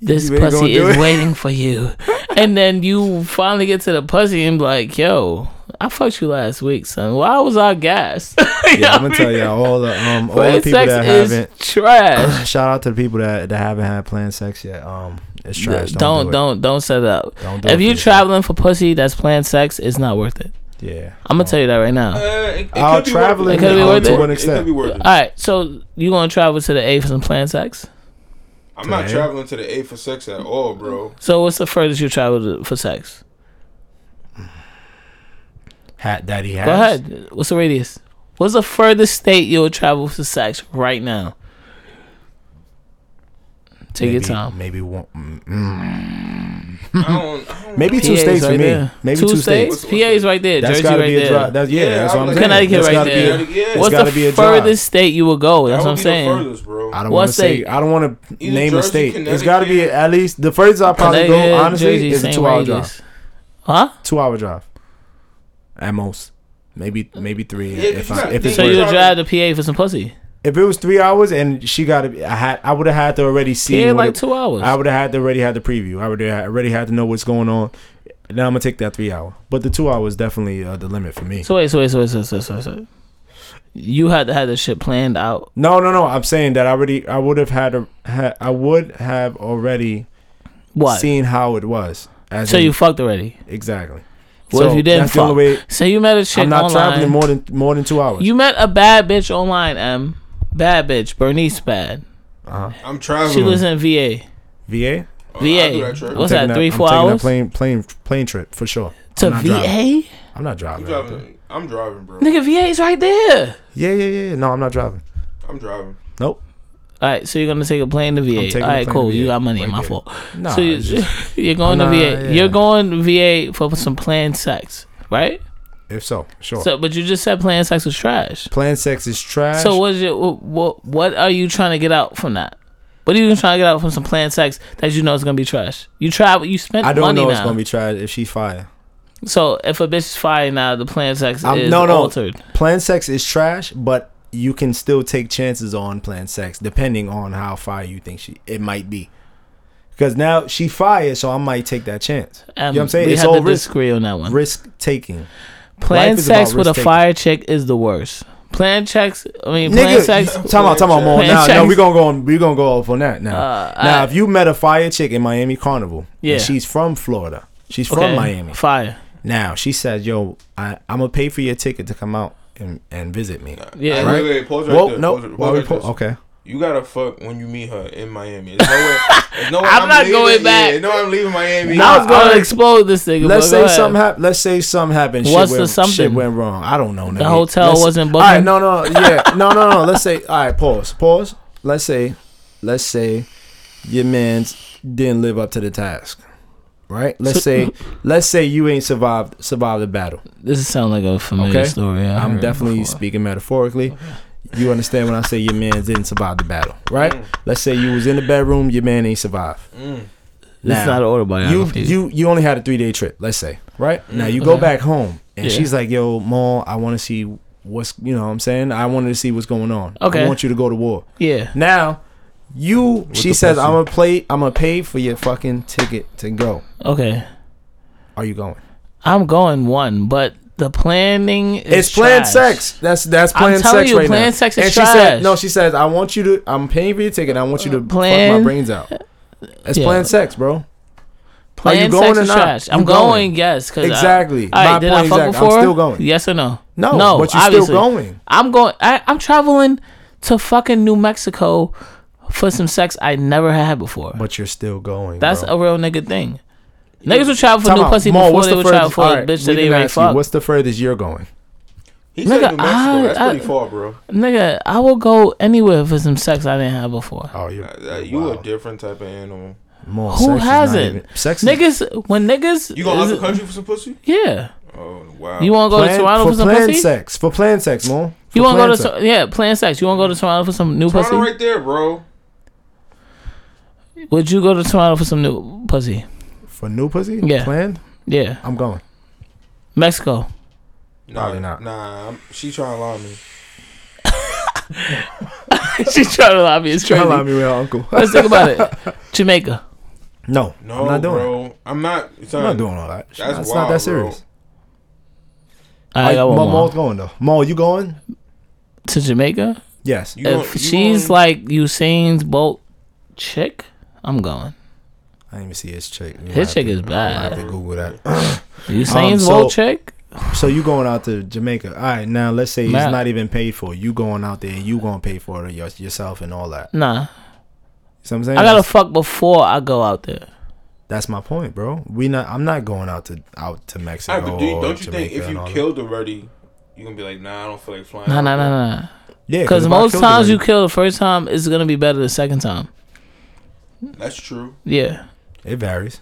B: this
C: You ain't gonna
B: pussy
C: do
B: is
C: it."
B: waiting for you, and then you finally get to the pussy and be like, yo, I fucked you last week, son. Why was I gassed?
C: Yeah, I'm gonna tell y'all all the um all the
B: Planned
C: people
B: sex
C: that
B: is
C: haven't.
B: trash.
C: Shout out to the people that that haven't had planned sex yet. Um, it's trash.
B: don't
C: do it.
B: don't don't set it up.
C: Don't do it
B: if
C: for
B: you
C: yourself.
B: traveling for pussy that's planned sex, it's not worth it.
C: Yeah.
B: I'm gonna tell you that right now.
D: Uh, it, it
C: Oh,
D: could be worth
C: traveling
B: It could be
D: It
B: worth
D: could
B: it.
D: be
B: to
C: an
D: worth it. It could be worth it.
B: All right, so you gonna travel to the A for some planned sex?
D: I'm not
C: Okay.
D: traveling to the A for sex at all, bro.
B: So what's the furthest you traveled for sex?
C: Hat that he has.
B: Go ahead. What's the radius? What's the furthest state you'll travel for sex right now? Take
C: Maybe,
B: your time.
C: Maybe one. mm,
D: I don't. I don't
C: Maybe two
B: PA 's
C: states
B: right
C: for me.
B: there.
C: Maybe two states.
D: states?
B: PA's right there.
C: That's
B: Jersey
C: gotta
B: right
C: be a
B: there.
C: drive. That's yeah.
D: Yeah,
C: That's
D: I'm
C: what I'm
D: like-
C: saying.
B: Connecticut
C: That's
B: right
C: gotta be a-
B: there.
D: Yeah, it's
B: What's
C: gotta
B: the
C: be a drive.
B: furthest state you will go?
D: That
B: That's what
D: would
B: I'm
D: be the
B: saying.
D: furthest, bro.
C: I don't
B: What
C: want to say.
B: state?
C: I don't want to
D: Either
C: name a
D: Jersey,
C: state. It's got to be
D: Connecticut.
C: at least the furthest I probably go.
B: Connecticut,
C: Honestly,
B: Jersey,
C: is a
B: same
C: two-hour
B: radius. Huh?
C: drive. Two-hour drive, at most. Maybe maybe three.
D: Yeah, 'cause
C: if
D: you
C: I,
D: gotta
C: if,
D: think
C: it's
B: So
D: We're
B: you'll drive
D: driving-
B: to PA for some pussy?
C: if it was three hours and she got to, I had I would have had to already see.
B: Yeah,
C: what
B: like
C: it-
B: two hours.
C: I would have had to already had the preview. I would have already had to know what's going on. Now I'm gonna take that three hour, but the two hours definitely uh, the limit for me.
B: So wait, so wait, so wait, so wait, so wait, so wait, so wait. You had to have this shit planned out.
C: No, no, no. I'm saying that I already. I would have had a. Ha, I would have already
B: What?
C: seen how it was. As
B: so
C: in-
B: you fucked already.
C: exactly.
B: What if
C: So
B: you didn't
C: that's the
B: fuck?
C: only way-
B: so you met a chick
C: I'm not
B: online.
C: traveling more than more than two hours.
B: you met a bad bitch online, M. Bad bitch, Bernice bad.
D: I'm traveling.
C: Hmm.
B: She lives in VA.
C: VA.
D: I do
B: VA.
D: that trip.
B: What's
C: Taking
B: that? Three,
C: I'm
B: four
C: taking
B: hours
C: That plane, plane, plane trip for sure.
B: to
C: I'm not
B: VA.
C: driving. I'm not driving.
D: I'm driving. I'm driving, bro.
B: Nigga, VA's right there.
C: Yeah, yeah, yeah. yeah. No, I'm not driving.
D: I'm driving.
C: Nope.
B: All right, so you're gonna take a plane to VA.
C: taking
B: All
C: a
B: right,
C: plane
B: cool.
C: to
B: You
C: VA.
B: got money.
C: Right
B: my
C: there.
B: fault.
C: Nah,
B: so you,
C: it's just-
B: you're going
C: Nah,
B: to VA.
C: yeah.
B: You're going to VA for some planned sex, right?
C: If so, sure.
B: So, but you just said planned sex was trash.
C: Planned sex is trash.
B: So what is your what what are you trying to get out from that? What are you trying to get out from some planned sex that you know is gonna be trash? You travel, you spent
C: I don't
B: money
C: know
B: now.
C: it's gonna be trash if she fire.
B: so if a bitch is fired now, the planned sex
C: I'm,
B: is
C: no, no.
B: altered.
C: Planned sex is trash, but you can still take chances on planned sex depending on how fire you think she it might be. Because now she fire, so I might take that chance. you know
B: Um,
C: what I'm saying?
B: we
C: It's
B: have
C: all
B: to
C: risk
B: disagree on that one.
C: risk taking.
B: planned
C: life is about
B: sex with a
C: risk-taking.
B: fire chick is the worst. Planned sex, I mean, planned
C: Nigga,
B: sex.
C: time out, time out, Mo.
B: Planned
C: Now, now
B: sex.
C: we gonna go on. We gonna go off on that now.
B: Uh,
C: now,
B: I-
C: if you met a fire chick in Miami Carnival,
B: Yeah.
C: and she's from Florida, she's from
B: Okay,
C: Miami.
B: Fire.
C: Now she says, "Yo, I, I'm gonna pay for your ticket to come out and, and visit me."
B: Yeah.
D: Hey, Wait, wait, pause right
C: Whoa,
D: there.
C: no,
D: Pause, it-
C: why
D: pause
C: we
D: right
C: po-
D: there.
C: okay.
D: You gotta fuck when you meet her in Miami. There's no way. There's no way
B: I'm not
D: leaving-
B: going back.
D: Yeah, no, I'm leaving Miami.
B: I
C: Nah,
B: was gonna
C: I-
B: explode this thing.
C: Let's say something happened. Let's say something happened.
B: What's the
C: shit went,
B: something?
C: Shit went wrong. I don't know.
B: The hotel wasn't
C: All right,
B: booking?
C: no, no, yeah, no, no, no. Let's say. All right, pause, pause. Let's say, let's say, your man's didn't live up to the task, right? Let's say, let's say you ain't survived survived the battle.
B: This sounds like a familiar
C: Okay.
B: story. I
C: I'm
B: heard
C: definitely
B: before.
C: speaking metaphorically. You understand when I say your man didn't survive the battle, right? Let's say you was in the bedroom, your man ain't survived.
B: This
C: Now,
B: is not an
C: you
B: autobiography.
C: you you only had a three day trip, let's say, right? Now you
B: Mm.
C: go
B: Okay.
C: back home and
B: Yeah.
C: she's like, "Yo, mom, I want to see what's you know what I'm saying. I wanted to see what's going on.
B: Okay.
C: I want you to go to war."
B: yeah.
C: Now you, she
D: the
C: says,
D: pussy.
C: "I'm gonna play. I'm gonna pay for your fucking ticket to go.
B: Okay.
C: Are you going?
B: I'm going one, but the planning is
C: It's, planned
B: trash.
C: sex. That's that's
B: I'm
C: planned
B: telling
C: sex
B: you,
C: right now.
B: planned sex is
C: and
B: trash.
C: she said, "No, she says, I want you to. I'm paying for your ticket. I want you to fuck
B: Plan-
C: my brains out. It's
B: Yeah.
C: planned sex, bro. Are
B: Planned
C: you going
B: sex
C: or
B: is
C: not?
B: trash. I'm
C: You
B: going,
C: going.
B: yes. 'cause I-
C: Exactly.
B: all right,
C: My
B: did
C: point
B: I fuck
C: exactly. I'm
B: before?
C: still going.
B: Yes or no?
C: No, but you still going.
B: I'm going. I, I'm traveling to fucking New Mexico for some sex I never had before.
C: But you're still going.
B: That's
C: bro.
B: a real nigga thing. Niggas would travel for
C: Time
B: new
C: out.
B: pussy
C: Mo,
B: before
C: what's
B: they
C: the
B: would travel
C: furthest-
B: for a
C: alright,
B: bitch
C: we
B: that they
C: didn't
B: already
C: ask you,
B: fucked.
C: What's the furthest you're going?
D: He said
B: Nigga,
D: New Mexico.
B: I-
D: That's
B: I-
D: pretty far, bro. Uh,
B: Nigga, I will go anywhere for some sex I didn't have before.
C: Oh, you're,
D: Uh, you a different type of animal.
C: Mo,
B: Who
C: sex is not
B: hasn't?
C: even- Sex is-
B: Niggas, when niggas,
D: You going out
B: is-
D: the country for some pussy?
B: yeah.
D: Oh wow.
B: You want to go
C: plan-
B: to Toronto for,
C: for
B: some
C: planned
B: pussy?
C: sex. For planned sex, Mo. For
B: You want to go
C: planned
B: to
C: sex.
B: Tor- yeah, plan sex. You want to go to Toronto for some new
D: Toronto
B: pussy?
D: right there, bro.
B: Would you go to Toronto for some new pussy?
C: for new pussy?
B: Yeah.
C: Planned?
B: Yeah,
C: I'm going.
B: Mexico.
D: Nah,
C: Probably not.
D: Nah, I'm, she trying to lie me.
B: She's trying to lie me. It's crazy.
C: Don't lie me with her uncle.
B: Let's think about it. Jamaica.
C: no,
D: No,
C: I'm not doing. it.
D: bro. I'm not. Son,
C: I'm not doing all that. That's
D: That's
C: it's not
D: wild,
C: that
D: bro.
C: serious.
B: I got
C: Mo,
B: one more.
C: Mo's going though. Mo, you going?
B: to Jamaica.
C: Yes.
D: You
B: If
D: you
B: she's
D: going-
B: like Usain's Bolt chick, I'm going.
C: I didn't even see his chick. You might
B: His chick
C: have
B: is
C: to- I have
B: bad.
C: to Google that.
B: Usain's
C: so-
B: Bolt chick.
C: so you going out to Jamaica? All right. Now let's say
B: Nah.
C: it's not even paid for. You going out there? and You gonna pay for it your- yourself and all that?
B: Nah,
C: See what I'm saying?
B: I gotta fuck before I go out there.
C: That's my point, bro. We not. I'm not going out to out to Mexico.
D: Alright, but do you,
C: or
D: don't you
C: Oh, Jamaica
D: think if
C: and
D: you
C: all that.
D: killed already, you gonna be like, nah, I don't feel like flying.
B: Nah,
D: out
B: nah,
D: there.
B: nah, nah.
C: yeah,
B: Because
C: if I
B: most
C: killed
B: times you
C: already-
B: kill the first time, it's gonna be better the second time.
D: That's true.
B: Yeah,
C: it varies.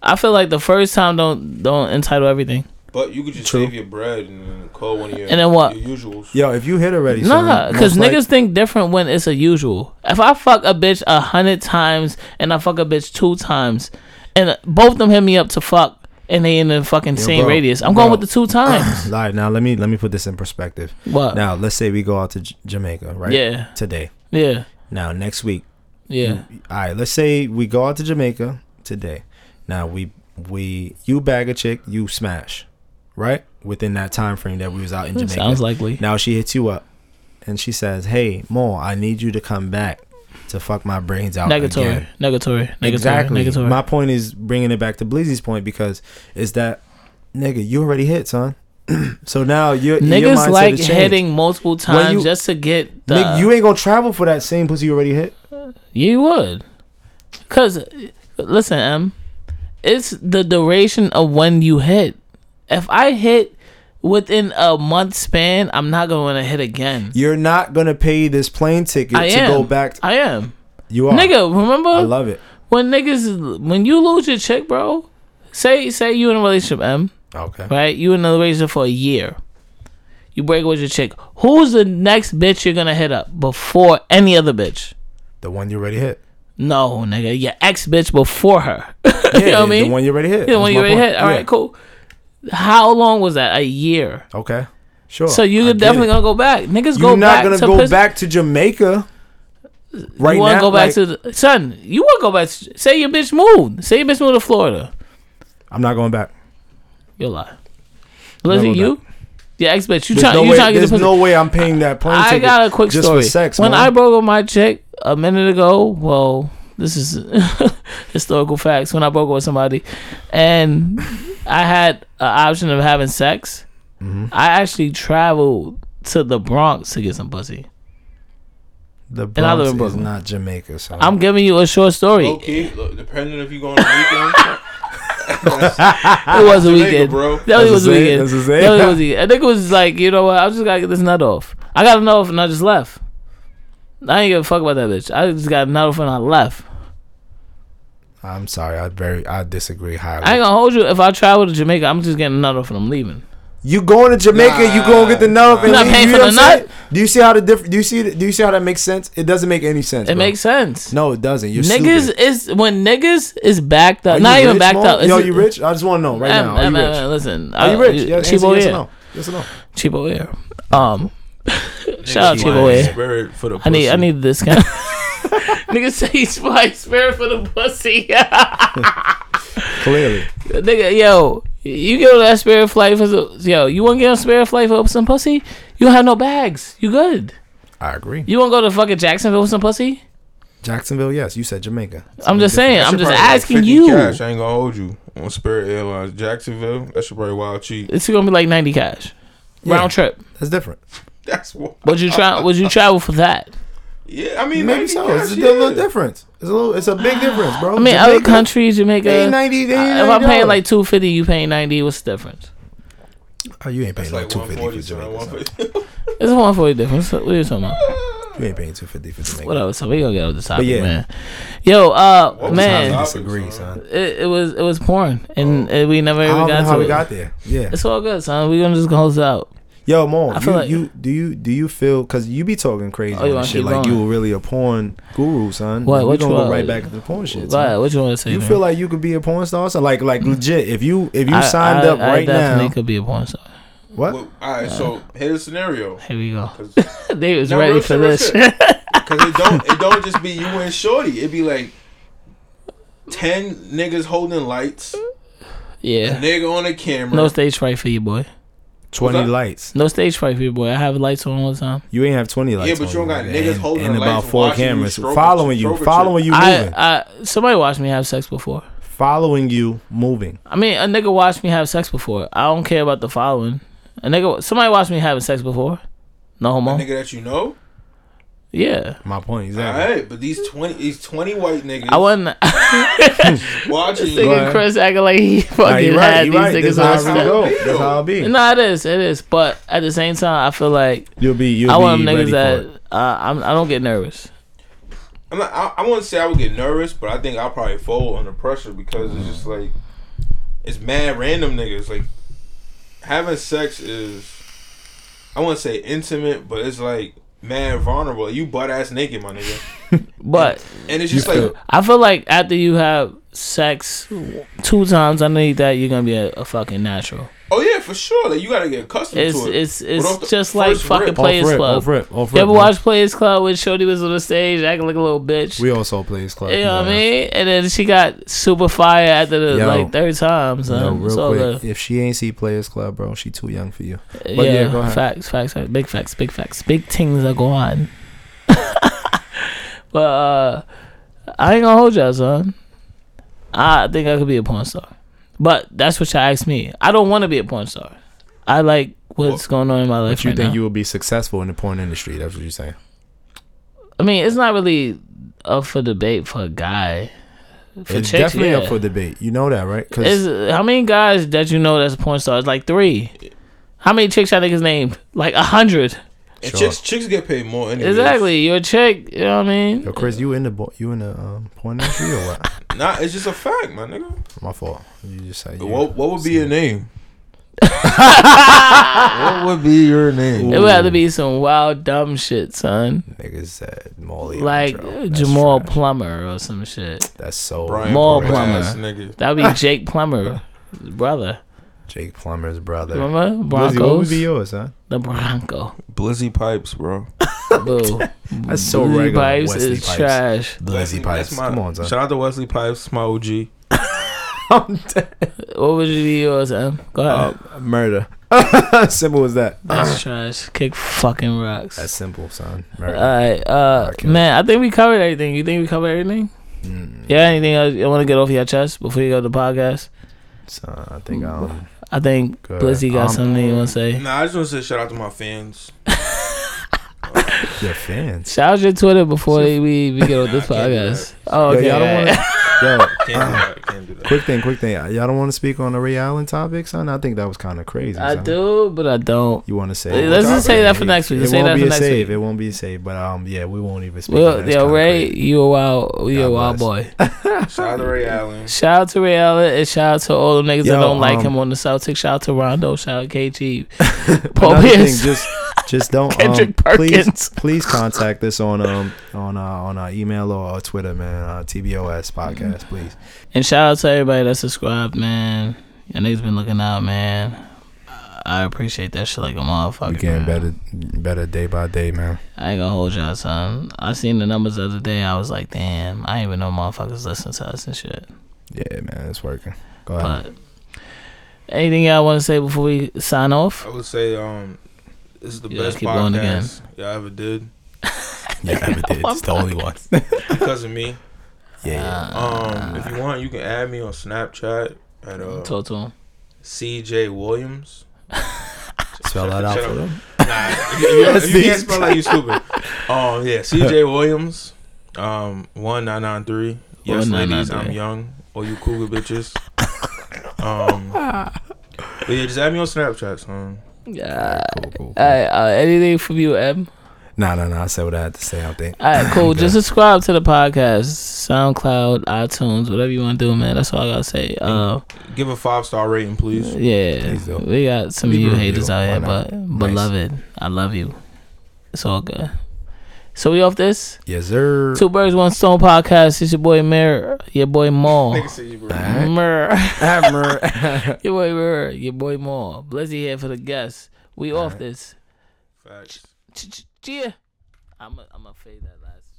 B: I feel like the first time don't don't entitle everything.
D: But you could just
C: True.
D: save your bread and then call one of your
B: And then what?
D: your usuals.
C: Yo, if you hit already,
B: Nah,
C: son,
B: because
C: most like-
B: niggas think different when it's a usual. If I fuck a bitch a hundred times and I fuck a bitch two times, and both of them hit me up to fuck, and they in the fucking same
C: bro,
B: radius, I'm going
C: bro.
B: with the two times.
C: All right, now let me let me put this in perspective.
B: what?
C: Now let's say we go out to J- Jamaica, right?
B: Yeah,
C: Today.
B: yeah,
C: Now next week.
B: yeah.
C: All right. Let's say we go out to Jamaica today. Now we we you bag a chick, you smash, right? Within that time frame that we was out in Jamaica.
B: Sounds likely.
C: Now she hits you up, and she says, "Hey, Mo, I need you to come back to fuck my brains out
B: Negatory,
C: again."
B: negatory, negatory,
C: Exactly.
B: negatory.
C: My point is bringing it back to Blizzy's point because is that nigga, you already hit, son. so now you're your
B: Niggas
C: mindset
B: like
C: has changed.
B: hitting multiple times
C: you-
B: just to get the.
C: Nigga, you ain't gonna travel for that same pussy you already hit.
B: You would. Because, listen, M, it's the duration of when you hit. If I hit within a month span, I'm not going to hit again.
C: You're not gonna pay this plane ticket
B: I
C: to
B: am.
C: go back.
B: I am.
C: you are,
B: Nigga,
C: I
B: remember
C: love it.
B: when niggas, when you lose your chick, bro, say, say you in a relationship, M,
C: Okay.
B: right? You in a relationship for a year. You break up with your chick. Who's the next bitch you're going to hit up before any other bitch?
C: The one you already hit.
B: No, nigga, your ex bitch before her.
C: Yeah,
B: you know what I
C: the-
B: mean?
C: The one you already hit.
B: Yeah,
C: That's
B: when
C: my
B: you already
C: point.
B: hit. All right,
C: Yeah.
B: cool. How long was that? A year.
C: Okay. Sure.
B: So
C: I
B: you're
C: get
B: definitely
C: it.
B: gonna go back. Niggas
C: You're
B: go
C: not
B: back.
C: gonna
B: to
C: go
B: piss-
C: back to Jamaica. Right
B: you wanna
C: now,
B: go back
C: like,
B: to the, son? You wanna go back? To, say your bitch moved. Say your bitch moved to Florida.
C: I'm not going back.
B: You're lying. Lizzie,
C: going
B: you, your ex bitch. You
C: There's
B: trying?
C: no
B: you
C: way.
B: trying to get
C: There's
B: the pussy?
C: no way I'm paying that plane
B: I
C: ticket.
B: got a quick
C: just
B: story.
C: For sex,
B: when
C: man.
B: I broke up my chick a minute ago, well, this is historical facts. When I broke up with somebody, and I had an option of having sex,
C: Mm-hmm.
B: I actually traveled to the Bronx to get some pussy.
C: The
B: And I live in
C: Bronx is
B: Brooklyn.
C: not Jamaica, son.
B: I'm giving you a short story.
D: Okay, look, depending if you go on the weekend.
B: It was a
D: Jamaica,
B: weekend.
D: bro.
B: That
C: That's
B: was a
C: the same-
B: weekend.
C: that's the same.
B: That was a weekend. I think it was like, you know what? I just gotta get this nut off. I got a nut off and I just left. I ain't give a fuck about that bitch. I just got a nut off and I left.
C: I'm sorry. I very I disagree highly.
B: I ain't gonna hold you. If I travel to Jamaica, I'm just getting a nut off and I'm leaving.
C: You going to Jamaica, you going to get the nut up and
B: Nah. Not
C: leave,
B: paying
C: you
B: for
C: know
B: the
C: what I'm
B: nut?
C: saying? Do you see how the different? Do you see? Do you see how that makes sense? It doesn't make any sense.
B: It
C: bro.
B: makes sense.
C: no, it doesn't. You're
B: niggas
C: stupid.
B: is when niggas is backed up.
C: Are
B: Not
C: you
B: even
C: rich,
B: backed
C: Mo?
B: up.
C: Yo,
B: It's-
C: you rich? I just want to know right
B: Em-
C: now. Are
B: em-
C: you
B: em-
C: rich?
B: listen,
C: Are you
B: Um, uh,
C: rich? Yes, answer
B: Cheapo
C: yes or
B: air.
C: no. Yes or no?
B: Cheapo air. Um, shout out
D: Niggas
B: Cheapo
D: flying
B: air.
D: Spirit for the
B: I need I
D: pussy.
B: need this kind. Nigga say he's flying spirit for the pussy.
C: Clearly.
B: Nigga, yo, you get on that spirit flight for the yo. You want to get on spirit flight for some pussy? You don't have no bags. You good?
C: I agree.
B: You want to go to fucking Jacksonville with some pussy?
C: Jacksonville, yes. You said Jamaica.
B: I'm just saying.
D: That
B: I'm
D: shit
B: just
D: probably like
B: asking
D: 50
B: you.
D: Cash, I ain't gonna hold you on Spirit Airlines, Jacksonville. That should probably wild cheap.
B: It's gonna be like 90 cash round trip.
C: That's different.
D: That's what.
B: Would you try? Would you travel for that?
D: Yeah, I mean
C: Maybe
D: 90
C: so.
D: Cash,
C: it's a
D: yeah.
C: little difference. It's a little. It's a big difference, bro.
B: I mean, other countries, Jamaica.
C: They ain't 90 they ain't
B: Uh, if I'm paying
C: $90.
B: like 250, you paying 90. What's the difference?
C: Oh, you ain't paying
D: It's
C: like
D: like
C: two fifty for
D: 140 son,
C: Jamaica. son.
D: 150.
B: It's a 140 difference. What are you talking about?
C: You ain't paying two fifty for Jamaica.
B: Whatever. So we gonna get off the topic,
C: But yeah.
B: man. Yo, uh,
D: What was
B: man,
D: happening?
C: disagree, son.
B: it, it was it was porn,
D: Oh.
B: and uh, we never
C: I
B: even
C: don't
B: got
C: know
B: to
C: how we
B: it.
C: got there. Yeah.
B: It's all good, son. We gonna just close it out.
C: Yo, Mo,
B: I
C: you,
B: feel like-
C: you do you do you feel because you be talking crazy
B: Oh, you
C: and
B: wanna
C: shit
B: keep
C: like you
B: going?
C: were really a porn guru, son.
B: What-
C: We
B: what
C: gonna
B: you
C: go
B: are-
C: right back to the porn shit. son.
B: Right, what you want to say?
C: You
B: man?
C: feel like you could be a porn star, so like like legit. If you if you
B: I-
C: signed
B: I-
C: up
B: I
C: right
B: definitely
C: now,
B: could be a porn star.
C: what?
D: Well, all right, so here's a scenario.
B: Here we go.
D: 'Cause-
B: they was
D: No,
B: ready
D: real
B: for
D: shit, real
B: this.
D: shit. Cause it don't it don't just be you and Shorty. It be like ten niggas holding lights, a
B: yeah.
D: nigga on a camera.
B: No stage fright for you, boy.
C: Twenty
D: What's up?
C: lights.
B: No stage fright for you, boy. I have lights on all the time.
C: You ain't have twenty lights.
D: but
C: on
D: you don't got
C: and-
D: niggas holding
C: and
D: the
C: about
D: lights
C: four
D: watching you
C: cameras
D: stroke a-
C: following you,
D: stroke a
C: following you moving,
B: I, I somebody watched me have sex before.
C: following you moving.
B: I mean, a nigga watched me have sex before. I don't care about the following. A nigga, somebody watched me having sex before. No
D: a
B: homo.
D: nigga that you know.
B: Yeah,
C: My point
D: All
C: exactly.
D: right, but these twenty these twenty white niggas
B: I wasn't.
D: watching you.
B: Nigga Chris acting like he
C: Nah,
B: fucking had
C: you right, you
B: these
C: right.
B: niggas
C: That's how
B: on
C: it's
D: how
B: stuff.
C: gonna
D: it
C: go.
D: is.
C: That's how it be.
B: No, it is, it is. But at the same time, I feel like
C: You'll be you'll
B: I
C: be
B: want them
C: ready
B: niggas
C: for
B: that
C: it.
B: uh, I'm, I don't get nervous.
D: I'm not, I, I wouldn't say I would get nervous, but I think I'll probably fold under pressure because it's just like it's mad random niggas. Like having sex is I wouldn't say intimate, but it's like mad vulnerable. You butt ass naked, my nigga.
B: But
D: And it's just
C: You
D: like
B: I feel like after you have sex two times underneath that, you're gonna be a, a fucking natural.
D: oh yeah, for sure. Like you gotta get accustomed
B: It's
D: to it.
B: it's
D: But off the
B: it's just like
D: first
B: fucking
D: rip,
C: Off
B: Players
C: rip,
B: Club.
C: off rip, off
B: You
C: rip,
B: ever
C: bro.
B: watch Players Club when Shorty was on the stage acting like a little bitch?
C: We also plays club.
B: you know what I
C: man.
B: mean? And then she got super fire after the
C: Yo.
B: like third time. So
C: No,
B: it's
C: real
B: all
C: quick.
B: good.
C: If she ain't see Players Club, bro, she too young for you.
B: yeah,
C: But yeah, go ahead.
B: facts, facts, facts, big facts, big facts, big things are going on. but uh, I ain't gonna hold y'all, son. I think I could be a porn star, but that's what y'all asked me. I don't want to be a porn star. I like what's going on in my life
C: But you
B: right
C: think
B: now.
C: you will be successful in the porn industry? That's what you're saying.
B: I mean, it's not really up for debate for a guy. For
C: it's
B: chicks,
C: definitely
B: yeah.
C: up for debate. You know that, right? Because
B: Is how many guys that you know that's porn stars? Like three. How many chicks y'all niggas named? Like a hundred.
D: and
C: Sure.
D: chicks chicks get paid more anyway.
B: Exactly. You're a chick. You know what I mean?
C: yo, Chris, you in the bo- you in the um, porn industry or what?
D: Nah, it's just a fact, my nigga.
C: My fault. You just said you.
D: What what would be your name? what would be your name?
B: It would have to be some wild dumb shit, son.
C: Niggas said Molly.
B: like uh,
C: Andro. That's
B: Jamal
C: trash.
B: Plummer or some shit.
C: That's so
D: Brian
B: More
D: Brown
B: plumber.
D: ass nigga.
B: That would be Jake Plummer, brother.
C: Jake Plummer's brother.
B: Remember
C: Lizzie, what would
B: Broncos?
C: be yours, huh?
B: the Bronco.
D: Blizzy pipes, bro.
B: Boo.
C: That's so
B: Blue
C: regular.
B: Pipes
C: Wesley
B: is
C: Pipes.
B: trash.
C: Lizzie
D: That's
C: Pipes.
D: my-
C: Come on, son.
D: Shout out to Wesley Pipes, my OG.
C: I'm dead.
B: What would you be yours, Em? Go ahead.
C: Uh, murder. simple as that.
B: That's trash. Kick fucking rocks.
C: That's simple, son.
B: All
C: Murder.
B: right, uh,
C: Okay.
B: man. I think we covered everything. You think we covered everything?
C: Mm,
B: Yeah. Anything else you want to get off your chest before you go to the podcast?
C: son, I think um,
B: I think
C: Good.
B: Blizzy got
C: Um,
B: something you want to say.
D: Nah, I just want to say shout out to my fans.
C: Your fans.
B: Shout out your Twitter before they, we we get on this
D: Nah, I can't do
B: podcast. Oh, okay.
C: Yo, y'all don't want to. Yo, uh,
D: Can't do that. Can't do that.
C: quick thing, quick thing. Uh, Y'all don't want to speak on the Ray Allen topic, son. I think that was kind of crazy.
B: I
C: son.
B: do, but I don't.
C: You want to say?
B: Let's just say that for next week.
C: It
B: Let's
C: won't
B: say that
C: be
B: for
C: a
B: next
C: save.
B: week.
C: It won't be a save. But um, yeah, we won't even speak. on
B: Well,
C: that. It's
B: yo,
C: kinda
B: Ray,
C: crazy.
B: you a wild, you a wild
C: God bless.
B: boy.
D: Shout out to Ray Allen.
B: Shout out to Ray Allen and shout out to all the niggas that
C: Yo,
B: don't like
C: um,
B: him on the Celtics. Shout out to Rondo. Shout out KG. Paul
C: Another thing,
B: Pierce.
C: just just don't um,
B: Kendrick Perkins.
C: please please contact us on um on uh, on our email or our Twitter, man. Uh, TBOS
B: Mm-hmm.
C: podcast, please.
B: And shout out to everybody that subscribed, man. Y'all niggas been looking out, man. I- I appreciate that shit like a motherfucker.
C: We
B: man.
C: getting better better day by day, man.
B: I ain't gonna hold y'all, son. I seen the numbers the other day. I was like, damn, I ain't even know motherfuckers listen to us and shit.
C: Yeah, man, it's working. Go ahead.
B: But anything y'all want to say before we sign off?
D: I would say um, this is the
B: Yeah,
D: best
B: keep going
D: podcast y'all ever did
C: yeah, I did.
B: Oh,
C: It's the only one. yeah,
D: because of me.
B: Uh,
C: yeah. Uh,
D: Um, if you want, you can add me on Snapchat at uh,
B: Talk to him.
D: CJ Williams.
C: spell that out
D: shut
C: for
D: up.
C: them.
D: Nah, if you, if you
C: CJ.
D: can't spell like you stupid. Um, yeah, CJ Williams. Um, one nine nine three. Yes, ladies,
B: 1993.
D: I'm young. Or you cougar bitches. Um, but yeah, just add me on Snapchat, son.
B: Yeah.
C: Cool, cool.
B: All right, uh, anything from you, M?
C: Nah, nah, nah. I said what I had to say. I think.
B: All right, cool.
C: Okay.
B: Just subscribe to the podcast, SoundCloud, iTunes, whatever you want to do, man. That's all I gotta say. Uh,
D: Give a five star rating, please.
B: yeah,
C: Please do.
B: we got some
C: Leave a
B: of you
C: review.
B: haters out
C: Why
B: here,
C: not?
B: but
C: Nice.
B: beloved, I love you. It's all good. So we off this
C: Yes, sir.
B: two birds one stone podcast. It's your boy Mirror, your boy Maul,
D: Nigga, see you, bro.
C: Back.
B: Mirror,
C: Hammer.
B: your boy Mirror, your boy Maul. Blizzy here for the guests. We off this.
D: Facts.
B: Ch- ch- Yeah, I'm gonna fade that last.